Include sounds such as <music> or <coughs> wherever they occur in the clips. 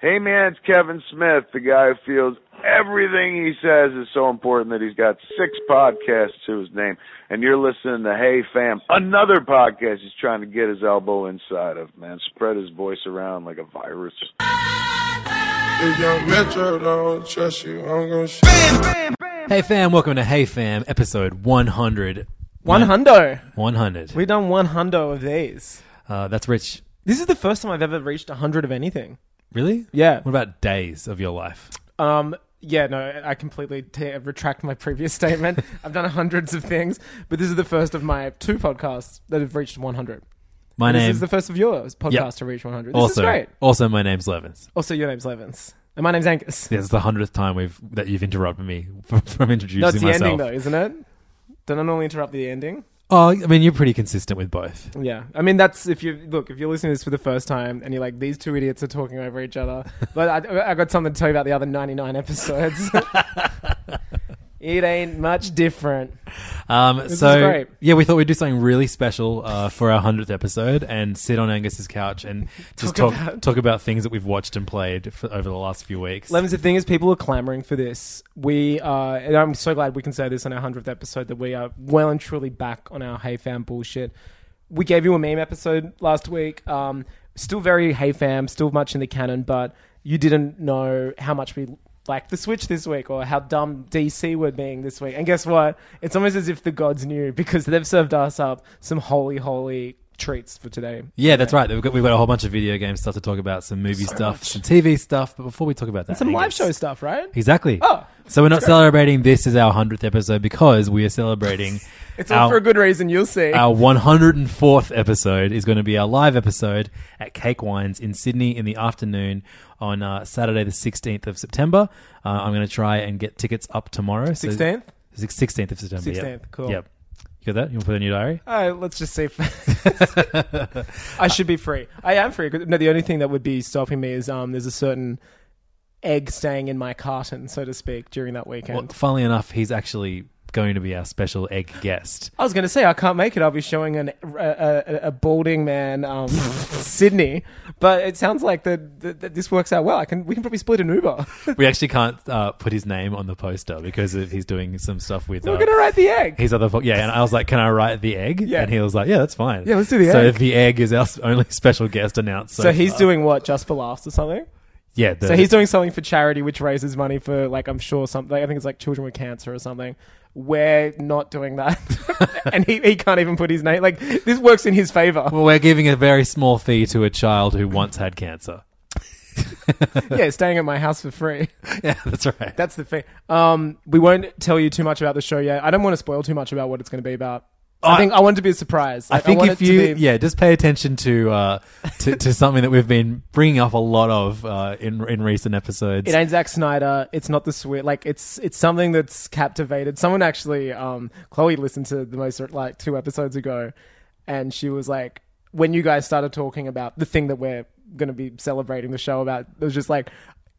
Hey man, it's Kevin Smith, the guy who feels everything he says is so important that he's got six podcasts to his name. And you're listening to Hey Fam, another podcast he's trying to get his elbow inside of, man. Spread his voice around like a virus. If young Metro don't trust you, I'm gonna shoot. Hey fam, welcome to Hey Fam, episode 100. One hundo. 100. We've done one hundo of these. Uh, that's rich. This is the first time I've ever reached a hundred of anything. Really? Yeah. What about days of your life? Um, yeah, no, I completely t- retract my previous <laughs> statement. I've done hundreds of things, but this is the first of my two podcasts that have reached 100. My And name This is the first of yours podcast Yep. to reach 100. This also is great. also my name's Levins. Also, your name's Levins. And my name's Angus. This is the hundredth time we've that you've interrupted me <laughs> from, from introducing That's the myself. ending, though, isn't it? Don't I normally interrupt the ending? Oh, I mean you're pretty consistent with both. Yeah, I mean that's if you look if you're listening to this for the first time and you're like these two idiots are talking over each other. But I, I got something to tell you about the other 99 episodes. it ain't much different. Um, is so great. yeah, we thought we'd do something really special uh, for our hundredth episode and sit on Angus's couch <laughs> and just talk Talk talk about, about- things that we've watched and played for, over the last few weeks. Lemons, the thing is, people are clamoring for this. We are, and I'm so glad we can say this on our hundredth episode that we are well and truly back on our Hey Fam bullshit. We gave you a meme episode last week. Um, still very Hey Fam, still much in the canon, but you didn't know how much we liked the Switch this week or how dumb DC were being this week. And guess what? It's almost as if the gods knew because they've served us up some holy, holy treats for today. yeah, that's right. We've got, we've got a whole bunch of video game stuff to talk about, some movie stuff, some TV stuff. But before we talk about that, Some live Angus- show stuff, right? Exactly. Oh, so we're not celebrating this as our hundredth episode because we are celebrating <laughs> It's all our, for a good reason, you'll see. our 104th episode is going to be our live episode at Cake Wines in Sydney in the afternoon on uh, Saturday the 16th of September. Uh, I'm going to try and get tickets up tomorrow. So- 16th? Six- 16th of September. yep. 16th, cool. Yep. You got that? You want to put it in your diary? Uh, let's just say <laughs> I should be free. I am free. No, the only thing that would be stopping me is um, there's a certain egg staying in my carton, so to speak, during that weekend. Well, funnily enough, he's actually going to be our special egg guest. I was going to say I can't make it. I'll be showing an, a, a, a balding man um, Sydney, but it sounds like that that that this works out well. I can we can probably split an Uber. <laughs> We actually can't uh, put his name on the poster because of, he's doing some stuff with. We're uh, going to write the egg. his other po- yeah, and I was like, "Can I write the egg?" Yeah. and he was like, "Yeah, that's fine." Yeah, let's do the So egg. if the egg is our s- only special guest announced, so, So he's far. doing what just for laughs or something. yeah. The, So he's doing something for charity, which raises money for like I'm sure something. I think it's like children with cancer or something. We're not doing that, <laughs> and he, he can't even put his name. Like this works in his favor. <laughs> well, we're giving a very small fee to a child who once had cancer. <laughs> yeah, staying at my house for free. <laughs> Yeah, that's right. That's the thing. Um, we won't tell you too much about the show yet. I don't want to spoil too much about what it's going to be about. I, I- think I want it to be a surprise. I Like, think want if it to you be- yeah, just pay attention to uh, to, to something that we've been bringing up a lot of uh, in in recent episodes. It ain't Zack Snyder. It's not the sweet. Like it's it's something that's captivated. Someone actually, um, Chloe listened to the most like two episodes ago, and she was like, when you guys started talking about the thing that we're gonna be celebrating the show about, it was just like.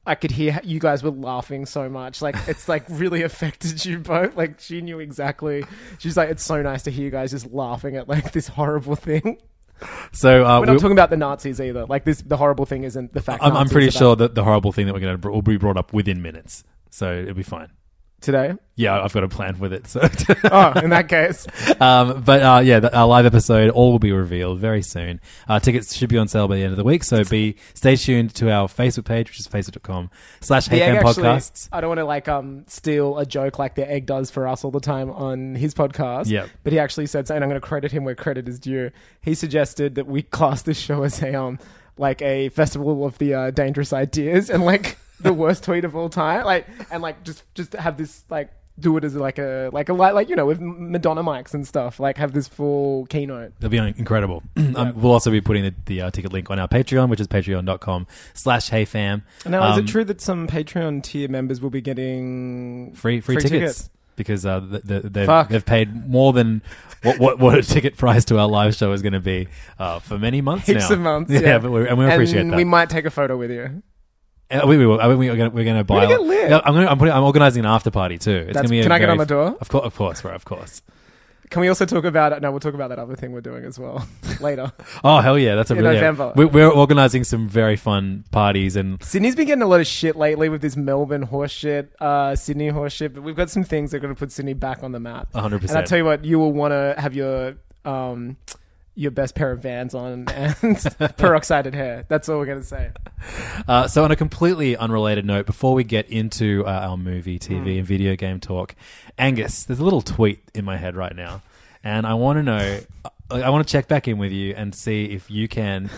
I could hear how you guys were laughing so much. Like, it's like <laughs> really affected you both. Like, she knew exactly. She's like, it's so nice to hear you guys just laughing at like this horrible thing. so uh, We're not we'll- talking about the Nazis either. Like, this, the horrible thing isn't the fact. I'm, I'm Nazis pretty are bad. sure that the horrible thing that we're going to br- will be brought up within minutes, so it'll be fine. Today? Yeah, I've got a plan with it. So. <laughs> Oh, in that case. um, but uh, yeah, the, our live episode all will be revealed very soon. Uh, tickets should be on sale by the end of the week, so be stay tuned to our Facebook page, which is facebook.com slash The egg heyfam actually- podcasts. I don't want to like um steal a joke like the egg does for us all the time on his podcast. Yep. But he actually said, and I'm going to credit him where credit is due. He suggested that we class this show as a um like a festival of the uh, <laughs> dangerous ideas and like the worst tweet of all time, like and like just just have this like do it as like a like a like, like you know with Madonna mics and stuff. Like have this full keynote. That'd be un- incredible. <clears throat> um, we'll also be putting the, the uh, ticket link on our Patreon, which is patreon.com slash heyfam. Now, is Um, it true that some Patreon tier members will be getting Free, free, Free tickets. ticket. Because uh, th th they've, Fuck. they've paid more than what, what, what a ticket price to our live show is going to be uh, for many months heaps now. of <laughs> months? Yeah, but we and we appreciate and that. We might take a photo with you. Uh, we, we will. I mean, we're going we're gonna buy. gonna get lit. Yeah, I'm, gonna, I'm, putting, I'm organizing an after party too. It's That's- gonna be a can I get very- on the door? Of course, of course, bro, of course. Can we also talk about? No, we'll talk about that other thing we're doing as well later. Oh hell yeah, that's a In really. Yeah. November. We, we're organizing some very fun parties and Sydney's been getting a lot of shit lately with this Melbourne horse shit, uh, Sydney horse shit, but we've got some things that are going to put Sydney back on the map. 100%. And I tell you what, you will want to have your um, your best pair of Vans on and <laughs> peroxided hair. That's all we're going to say. Uh, so, on a completely unrelated note, before we get into uh, our movie, TV, Hmm. and video game talk, Angus, there's a little tweet in my head right now, and I want to know, uh, I, I want to check back in with you and see if you <laughs> can.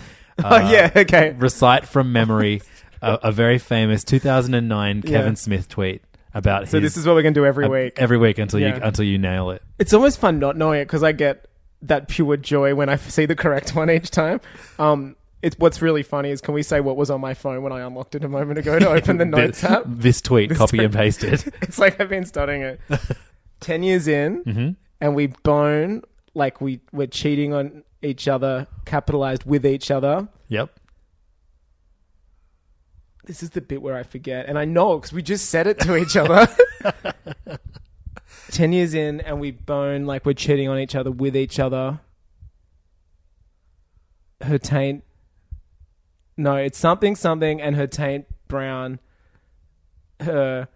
Uh, oh yeah, okay. recite from memory a, a very famous 2009 Kevin Yeah. Smith tweet about So his. this is what we're going to do every a- week. Every week until you Yeah. until you nail it. It's almost fun not knowing it because I get that pure joy when I <laughs> f- see the correct one each time. Um, it's what's really funny is can we say what was on my phone when I unlocked it a moment ago to open the notes this, app? this tweet, Oh, This copy tweet. and paste <laughs> it. It's like I've been studying it. Ten years in, and we bone like we we're cheating on each other, capitalized with each other. Yep. This is the bit where I forget, and I know because we just said it to each other. Ten years in, and we bone like we're cheating on each other with each other. Her taint. No, it's something something, and her taint brown. Her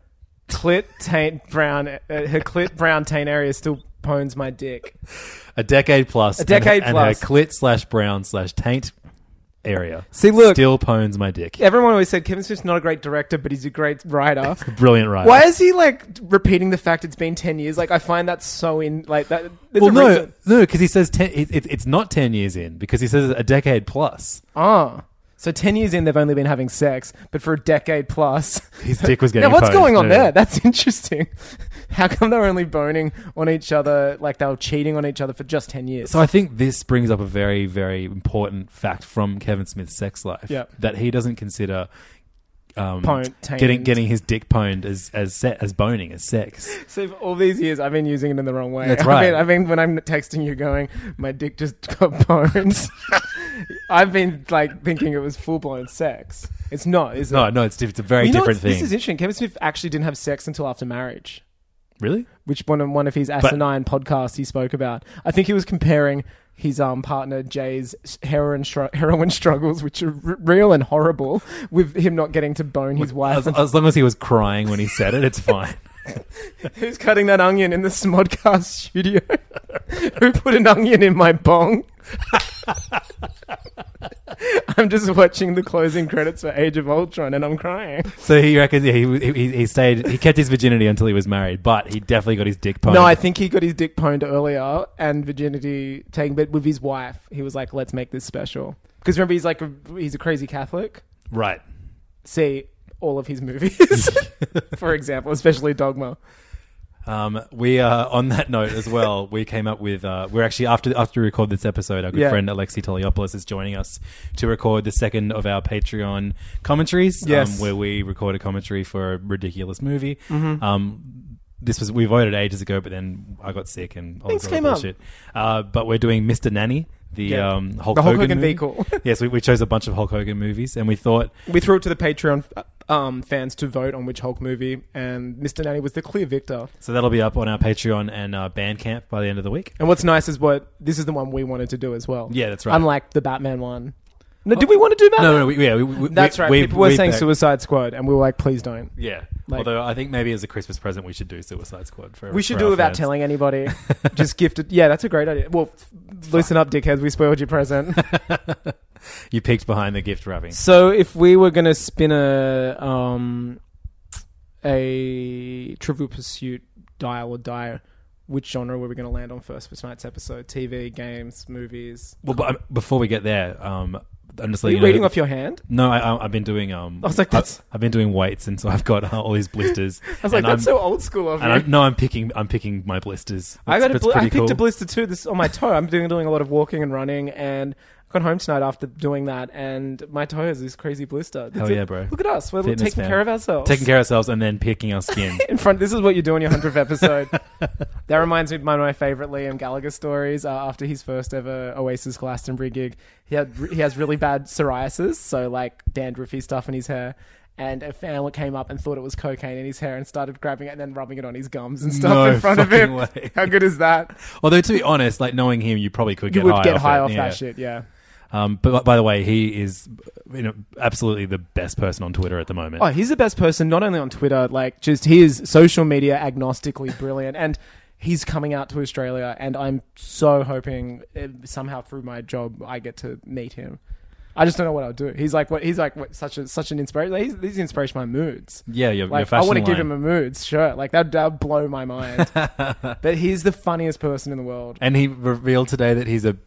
clit taint brown. uh, Her clit brown taint area still pones my dick. A decade plus. A decade and, her- plus. And her clit slash brown slash taint area. See, look- Still pones my dick. Everyone always said Kevin Smith's not a great director, but he's a great writer. Brilliant writer. Why is he like repeating the fact it's been ten years? Like I find that so in like that. There's Well, a no, reason. no, because he says ten, it, it, it's not ten years in because he says a decade plus. Ah, so ten years in, they've only been having sex, but for a decade plus. His dick was getting. <laughs> now what's posed, going on yeah. there? That's interesting. <laughs> How come they're only boning on each other? Like they were cheating on each other for just ten years. So I think this brings up a very, very important fact from Kevin Smith's sex life Yep. that he doesn't consider um, Pwned, getting tamed. getting his dick pwned as as se- as boning as <laughs> sex. So for all these years, I've been using it in the wrong way. That's <laughs> I right. mean, I mean, when I'm texting you, going, my dick just <laughs> got bones. I've been like thinking it was full blown sex. It's not, is No, it? no, it's diff- it's a very You know different thing. what's- This is interesting. Kevin Smith actually didn't have sex until after marriage, really? which one of one of his asinine podcasts he spoke about. I think he was comparing his um, partner Jay's heroin str- heroin struggles, which are r- real and horrible, with him not getting to bone his wife. As, as long as he was crying when he said it, it's fine. <laughs> <laughs> Who's cutting that onion in the <laughs> Smodcast studio? <laughs> Who put an onion in my bong? <laughs> I'm just watching the closing credits for Age of Ultron and I'm crying. so he reckons yeah, he, he he stayed. He kept his virginity until he was married, but he definitely got his dick pwned. No, I think he got his dick pwned earlier and virginity taken, but with his wife, he was like, "Let's make this special." Because remember, he's like a, he's a crazy Catholic. right. See all of his movies, <laughs> for example, especially Dogma. Um, we uh, on that note as well. We came up with uh, we're actually after after we record this episode, our good Yeah. friend Alexi Toliopoulos is joining us to record the second of our Patreon commentaries. Yes. um, where we record a commentary for a ridiculous movie. Mm-hmm. Um, this was we voted ages ago, but then I got sick and all Things this other came up. bullshit. Uh, but we're doing Mr. Nanny, the Yeah. um, Hulk, The Hulk Hogan, Hogan movie. vehicle. <laughs> yes, we, we chose a bunch of Hulk Hogan movies, and we thought We threw it to the Patreon um, fans to vote on which Hulk movie, and Mr. Nanny was the clear victor. so that'll be up on our Patreon and uh, Bandcamp by the end of the week. And what's nice is what this is the one we wanted to do as well. Yeah, that's right. Oh. Unlike the Batman one. No, did we want to do Batman? No, no, we, yeah, we, we, That's we, right. We, People were we saying back- Suicide Squad, and we were like, "Please don't." Yeah. Like- Although I think maybe as a Christmas present, we should do Suicide Squad for. We should for do our it without fans. <laughs> telling anybody. Just gift it. Yeah, that's a great idea. Well, f- listen up, dickheads. We spoiled <laughs> your present. You peeked behind the gift wrapping. so if we were gonna spin a um, a Trivial Pursuit dial or die, which genre were we gonna land on first for tonight's episode? TV, games, movies. Well, but um, before we get there, um, I'm just Are like you reading off your hand? No, I, I, I've been doing um. I was like, that's- I, have been doing weights, and so I've got uh, all <laughs> these blisters. I was like, and that's I'm, so old school of And I, you. no, I'm picking. I'm picking my blisters. I got a That's- bl- that's I pretty picked a cool. blister too. This on my toe. I'm doing doing a lot of walking and running, and I got home tonight after doing that, and my toe has this crazy blister. That's Hell it. yeah, bro. Look at us. We're Fitness taking fan. care of ourselves. Taking care of ourselves and then picking our <laughs> skin. in front. This is what you do on your <laughs> hundredth episode. that reminds me of one of my favorite Liam Gallagher stories. Uh, after his first ever Oasis Glastonbury gig, he had he has really bad psoriasis, so like dandruffy stuff in his hair. And a fan came up and thought it was cocaine in his hair and started grabbing it and then rubbing it on his gums and stuff No in front of fucking him. way. How good <laughs> is that? Although to be honest, like knowing him, you probably could You get would high get off high it, off yeah. that shit, yeah. Um, but by the way, he is you know absolutely the best person on Twitter at the moment. Oh, he's the best person, not only on Twitter, like just he is social media agnostically brilliant. And he's coming out to Australia, and I'm so hoping uh, somehow through my job I get to meet him. I just don't know what I'll do. He's like, what? He's like, what, such a such an inspiration. He's, he's an inspiration to my moods. yeah, your, your Like I fashion want to give line. him a moods shirt. Like that that blow my <laughs> mind. but he's the funniest person in the world. and he revealed today that he's a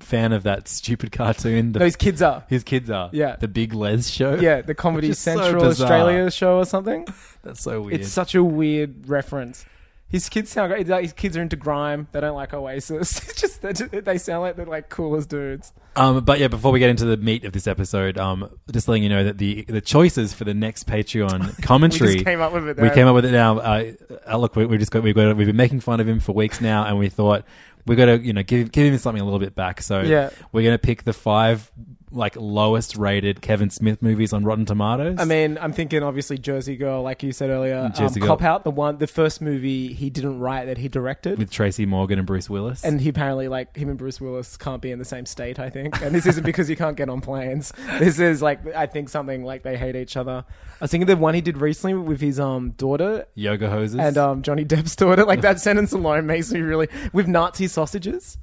fan of that stupid cartoon. The, Those kids <laughs> are. his kids are. Yeah. the Big Les show. Yeah, the Comedy is so Central bizarre. Australia show or something. <laughs> that's so weird. It's such a weird reference. His kids sound great. Like, his kids are into grime. They don't like Oasis. <laughs> It's just, they just they sound like they're like coolest dudes. Um, but yeah, before we get into the meat of this episode, um, just letting you know that the the choices for the next Patreon commentary <laughs> We just came up with it We there. came up with it now. Uh, uh, look, we, we just got, we got we've been making fun of him for weeks now, and we thought we got to you know give give him something a little bit back. So Yeah. we're gonna pick the five like lowest rated Kevin Smith movies on Rotten Tomatoes. I mean, I'm thinking obviously Jersey Girl, like you said earlier. Mm, Jersey um, Girl. Cop Out, the one, the first movie he didn't write that he directed. with Tracy Morgan and Bruce Willis. and he apparently like him and Bruce Willis can't be in the same state, I think. And this isn't because you can't get on planes. This is like I think something like they hate each other. I was thinking the one he did recently with his um daughter yoga hoses. and um, Johnny Depp's daughter. Like that sentence alone makes me really with Nazi sausages.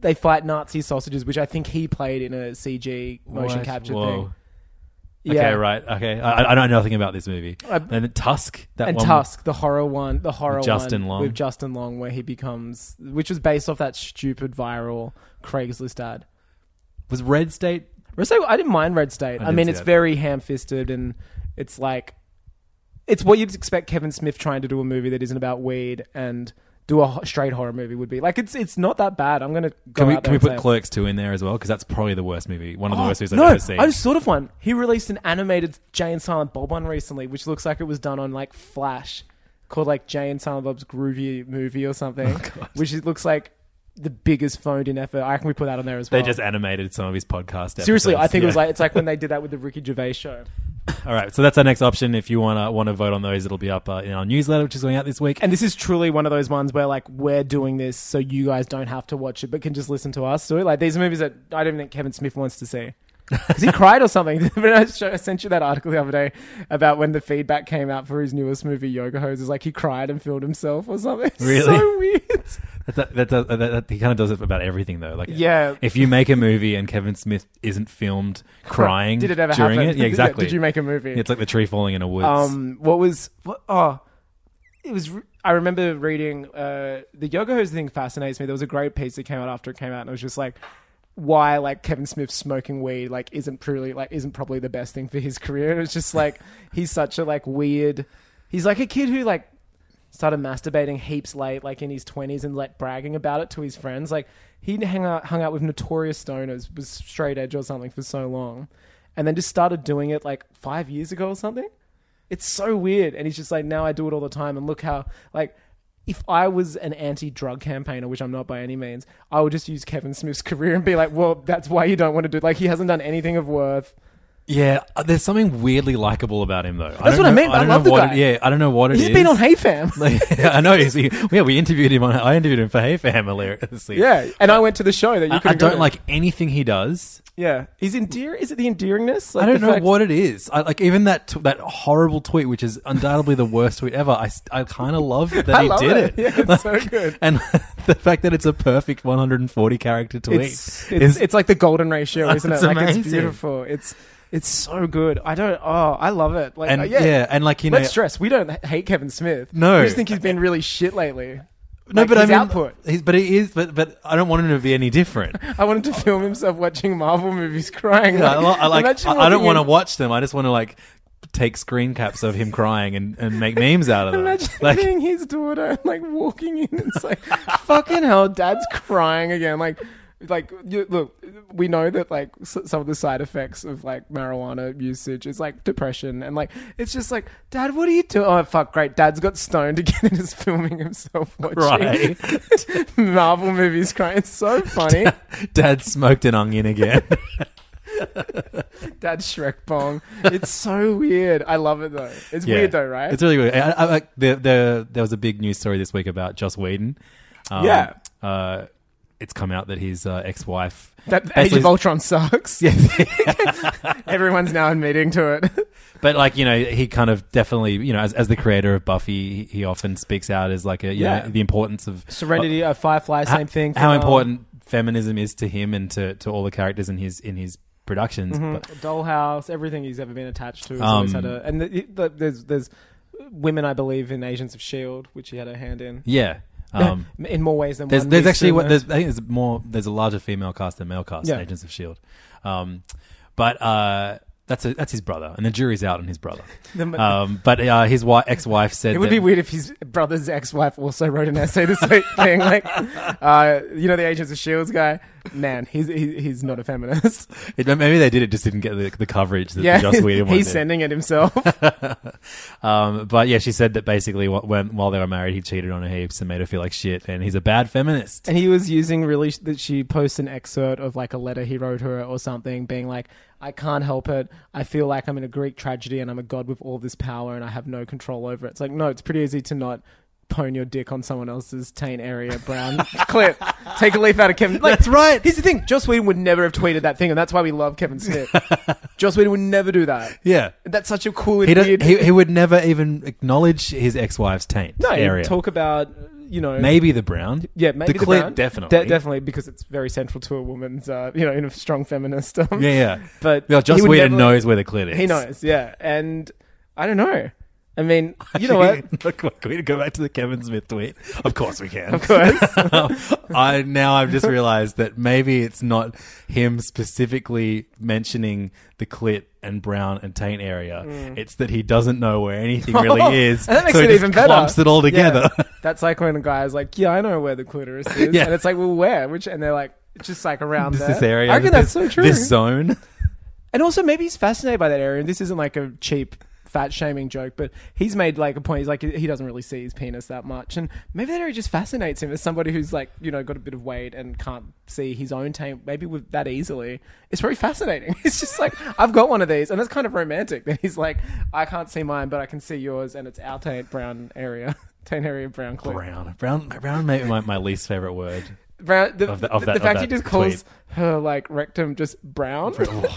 They fight Nazi sausages, which I think he played in a CG motion What? capture Whoa. thing. Okay, right. Okay, I, I- I don't know nothing about this movie. and then Tusk. That And one. Tusk, the horror one, the horror With Justin one Long. with Justin Long, where he becomes, which was based off that stupid viral Craigslist ad. was Red State. So I didn't mind Red State. I, did mean, see it's that. very ham-fisted, and it's like it's what you'd expect Kevin Smith trying to do a movie that isn't about weed and do a ho- straight horror movie would be. Like it's it's not that bad. I'm gonna go Can we, out can there we and say put it. Clerks 2 in there as well? Because that's probably the worst movie. One of the Oh, worst movies I've <gasps> no, ever seen. I just thought of one. He released an animated Jay and Silent Bob one recently, which looks like it was done on like Flash, called like Jay and Silent Bob's Groovy Movie or <laughs> something, Oh, which it looks like the biggest phoned in effort. I can we put that on there as They well? just animated some of his podcast episodes. Seriously, I think it was Yeah. like it's like when they did that with the Ricky Gervais show. All right, so that's our next option. If you want to want to vote on those, it'll be up uh, in our newsletter, which is going out this week. And this is truly one of those ones where like we're doing this so you guys don't have to watch it, but can just listen to us do it. Like these are movies that I don't think Kevin Smith wants <laughs> to see. Because he cried or something. <laughs> When I show- I sent you that article the other day about when the feedback came out for his newest movie, Yoga Hoses. Like he cried and filmed himself or something. <laughs> It's Really? So weird. that, that, that, that, that- he kind of does it about everything, though. Like, Yeah. if you make a movie and Kevin Smith isn't <laughs> filmed crying, Did it ever during happen? <laughs> it? Yeah, exactly. Did you make a movie? It's like the tree falling in a woods. Um, what was what? Oh, it was. re- I remember reading uh, the yoga hose thing fascinates me. There was a great piece that came out after it came out, and it was just like why like Kevin Smith smoking weed like isn't truly like isn't probably the best thing for his career. It was just like he's such a like weird. He's like a kid who like started masturbating heaps late, like in his twenties, and like bragging about it to his friends. Like he'd hang out, hung out with notorious stoners, was straight edge or something for so long, and then just started doing it like five years ago or something. It's so weird, and he's just like, now I do it all the time, and look how like. If I was an anti-drug campaigner, which I'm not by any means, I would just use Kevin Smith's <laughs> career and be like, "Well, that's why you don't want to do." Like, he hasn't done anything of worth. yeah, uh, there's something weirdly likable about him, though. don't That's what I know- mean. I don't love know the what guy. It, yeah, I don't know what it is. He's been on Hey Fam, <laughs> Like, I know. He's, he, yeah, we interviewed him on. I interviewed him for Hey Fam hilariously. yeah. And I went to the show that you. I, I couldn't go don't to. like anything he does. Yeah, he's endearing. Is it the endearingness? Like I don't the know fact- what it is. I, like even that t- that horrible tweet, which is undoubtedly the worst tweet ever. I, s- I kind of love that <laughs> I he love did it. it. Yeah, it's so good. And <laughs> the fact that it's a perfect 140 character tweet It's it's, is Oh, it's like the <laughs> golden ratio, isn't It's it? Like it's amazing. beautiful. It's it's so good. I don't. Oh, I love it. Like and uh, yeah. yeah. and like you know, Let's stress. We don't h- hate Kevin Smith. No. we just think he's been really shit lately. No, Like, but his I mean, output. He's, but he is. But but I don't want him to be any different. I wanted to film himself watching Marvel movies crying. Yeah, I, lo- I like. imagine I, I don't looking want to in- watch them. I just want to like take screen caps of him crying and, and make memes out of them. Imagine <laughs> like, being his daughter and like walking in. It's like fucking hell, dad's crying again. Like, like you, look, we know that like s- some of the side effects of like marijuana usage is like depression and like it's just like dad, what are you doing? Oh fuck, great, dad's got stoned again and is filming himself <laughs> watching Right. <laughs> Marvel movies crying. It's so <laughs> funny. Dad smoked an onion <laughs> again. Dad Shrek Bong. It's so weird. I love it though. It's Yeah. weird though, right? It's really weird. I, I, I, the, the, there was a big news story this week about Joss Whedon. Um, Yeah. Uh, it's come out that his uh, ex-wife. that Age basically- of Ultron sucks. <laughs> Everyone's now admitting to it. But like you know, he kind of definitely you know, as, as the creator of Buffy, he, he often speaks out as like a you Yeah. know, the importance of Serenity, uh, Firefly, how- same thing. How Um, important feminism is to him and to, to all the characters in his in his productions. Mm-hmm. But Dollhouse, everything he's ever been attached to. Has Um, always had a, and the, the, there's there's women, I believe, in Agents of Shield, which he had a hand in. <laughs> yeah. Um, in more ways than there's one. there's we actually still what know. there's, I think there's more there's a larger female cast than male cast in Yeah. Agents of Shield, um, but uh, that's a, that's his brother, and the jury's out on his <laughs> brother. um, but uh, his wi- ex-wife said It would that- be weird if his brother's ex-wife also wrote an essay this <laughs> week, saying like, uh, you know, the Agents of Shields guy. Man, he's he, he's not a feminist. it- maybe they did it just didn't get the, the coverage that yeah, <laughs> Joss Whedon wanted. he's sending it himself. <laughs> Um, but yeah, she said that basically wh- when while they were married, he cheated on her heaps and made her feel like shit, and he's a bad feminist. And he was using really that she posts an excerpt of like a letter he wrote her or something, being like, "I can't help it. I feel like I'm in a Greek tragedy, and I'm a god with all this power, and I have no control over it." It's like, no, it's pretty easy to not pwn your dick on someone else's taint area, <laughs> Brown. Clip, take a leaf out of Kevin. Like, That's right. Here's the thing: Joss Whedon would never have tweeted that thing, and that's why we love <laughs> Kevin Smith. Joss Whedon would never do that. Yeah. That's such a cool and He, does, weird. he, he would never even acknowledge his ex-wife's taint no, he'd area. talk about you know maybe the brown. Yeah, maybe the, the clit brown. definitely. De- definitely because it's very central to a woman's, uh, you know, in a strong feminist. Um, Yeah, yeah. But Well, Joss he would Whedon never- knows where the clit is. <laughs> He knows, yeah. And I don't know. I mean, you know what? Look, look, can we go back to the Kevin Smith tweet? Of course we can. Of course. <laughs> I now I've just realized that maybe it's not him specifically mentioning the clit and brown and taint area. It's that he doesn't know where anything really <laughs> is. And Mm. that makes so it he even just better. clumps it all together. <laughs> Yeah. <laughs> That's like when a guy is like, "Yeah, I know where the clitoris is," Yeah. and it's like, "Well, where?" Which and they're like, "It's just like around Just there." this area. I reckon this, that's so true. This zone. And also, maybe he's fascinated by that area. And this isn't like a cheap fat shaming joke, but he's made like a point. He's like, he doesn't really see his penis that much. And maybe that area just fascinates him as somebody who's like, you know, got a bit of weight and can't see his own taint maybe with that easily. It's very fascinating. <laughs> It's just like, I've got one of these. And that's kind of romantic that he's like, I can't see mine, but I can see yours. And it's our taint brown area. <laughs> Taint area brown cloak. Brown. Brown brown may be my, my least favorite <laughs> word. Brown, the, Of the- of the- that- the of fact he that just calls tweet. her like rectum just brown. <laughs>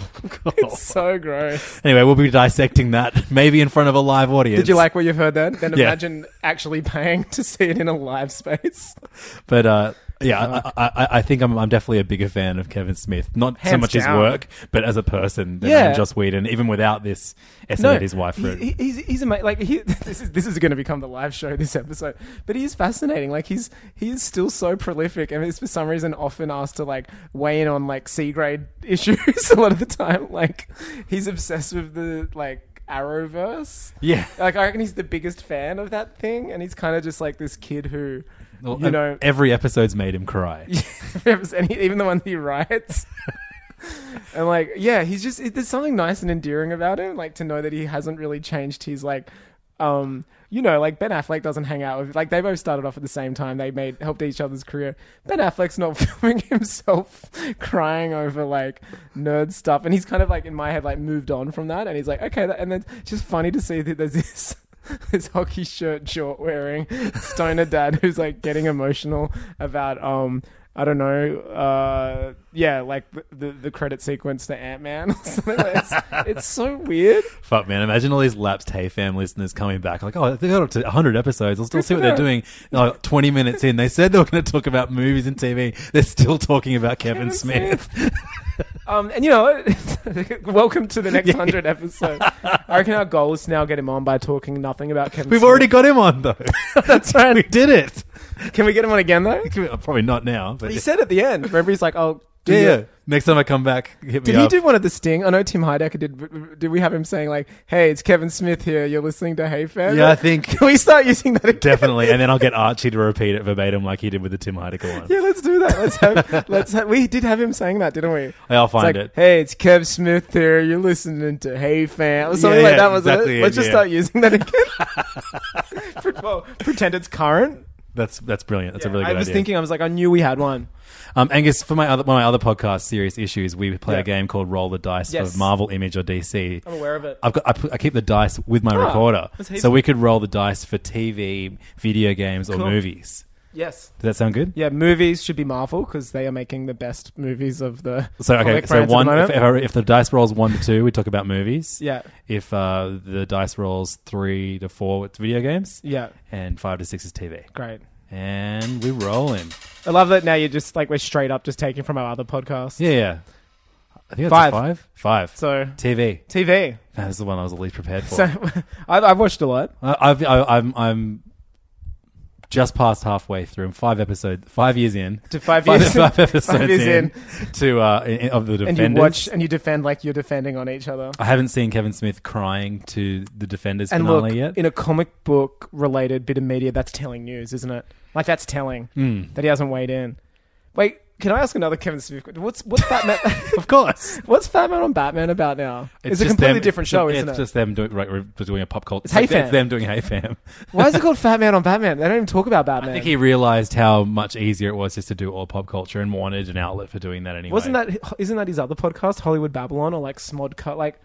it's so gross. Anyway, we'll be dissecting that maybe in front of a live audience. Did you like what you've heard then? Then Yeah. imagine actually paying to see it in a <laughs> live space. But uh, yeah, I, I, I- I think I'm, I'm definitely a bigger fan of Kevin Smith. Not so Hands much his down. work, but as a person than Yeah. yeah. Joss Whedon, even without this essay that his wife wrote. He, he- he's he's ama- like he, <laughs> this is this is going to become the live show this episode. But he is fascinating. Like he's he is still so prolific, and is for some reason often asked to like weigh in on like C grade <laughs> issues a lot of the time. Like he's obsessed with the like Arrowverse. yeah. Like I reckon he's the biggest fan of that thing, and he's kind of just like this kid who, Well, you um, know, every episode's made him cry. <laughs> and he- even the ones he writes. <laughs> and like, yeah, he's just it, there's something nice and endearing about him, like to know that he hasn't really changed his like, um, you know, like Ben Affleck doesn't hang out with like they both started off at the same time. They made helped each other's career. Ben Affleck's not <laughs> filming himself crying over like nerd stuff, and he's kind of like in my head like moved on from that, and he's like okay, that, and then it's just funny to see that there's this <laughs> this hockey shirt short wearing <laughs> stoner dad who's like getting emotional about um I don't know uh yeah like the the, the credit sequence to Ant Man or something like <laughs> it's, it's so weird Fuck, man. Imagine all these lapsed Hey Fam listeners coming back, like, oh, they got up to 100 episodes. Let's still see what they're doing. And, Like, 20 minutes in, they said they were going to talk about movies and TV. They're still talking about Kevin, Kevin Smith. um and you know <laughs> welcome to the next hundred episode I reckon our goal is to now get him on by talking nothing about <laughs> Kevin We've Smith. already got him on, though. <laughs> that's right we did it. <laughs> Can we get him on again though? Probably not now. But He said at the end. Remember, he's like, "Oh, do yeah, you- yeah. Next time I come back, hit Did me he up. do one of the Sting? I know Tim Heidecker did. Did we have him saying like, "Hey, it's Kevin Smith here. You're listening to Hey Fam." Yeah, I <laughs> think <laughs> Can we start using that? Again? definitely. And then I'll get Archie to repeat it verbatim, like he did with the Tim Heidecker one. <laughs> Yeah, let's do that. Let's have. let's. Have, we did have him saying that, didn't we? I'll It's find like, it. Hey, it's Kev Smith here. You're listening to Hey Fam or something Yeah, like yeah, that. Was exactly it? it, Let's just yeah. start <laughs> using that again. Pre- <laughs> well, pretend it's current. That's that's brilliant. That's a really I good was idea. thinking. I was like, I knew we had one. Um, Angus, for my other one of my other podcasts, serious issues, we play Yeah. a game called Roll the Dice Yes. for Marvel, Image, or DC. I'm aware of it. I've got I, put, I keep the dice with my recorder, that's so heaps- we could roll the dice for TV, video games, or Cool. movies. Yes. Does that sound good? Yeah, movies should be Marvel because they are making the best movies of the. So okay, comic so brands at the one if, moment. if, I- if the dice rolls one to two, we talk about movies. Yeah. If uh, the dice rolls three to four, it's video games, yeah, and five to six is TV. great. And we're rolling. I love that now you're just like we're straight up just taking from our other podcast. Yeah, yeah. I think that's Five. five. five. Five. So TV. TV. That is the one I was the least prepared for. So <laughs> I've, I've watched a lot. I- I've, I, I'm I'm just past halfway through. I'm five episode, five years in To five five, <laughs> years. five episodes Five years in, to uh, in, of the and defenders. you watch and you defend like you're defending on each other. I haven't seen Kevin Smith crying to the defenders And finale look, yet. in a comic book related bit of media, that's telling news, isn't it? Like that's telling Hmm. that he hasn't weighed in. Wait, can I ask another Kevin Smith? que- What's what's Batman? of course, <laughs> what's Batman on Batman about now? It's, a just completely them- different show, it's, isn't it's it? just them doing right. We're just doing a pop culture. It's Hey Fam. It's them doing Hey <laughs> Fam. Why is it called Fat Man on Batman? They don't even talk about Batman. I think he realized how much easier it was just to do all pop culture and wanted an outlet for doing that anyway. Wasn't that isn't that his other podcast, Hollywood Babylon, or like Smodcut? Like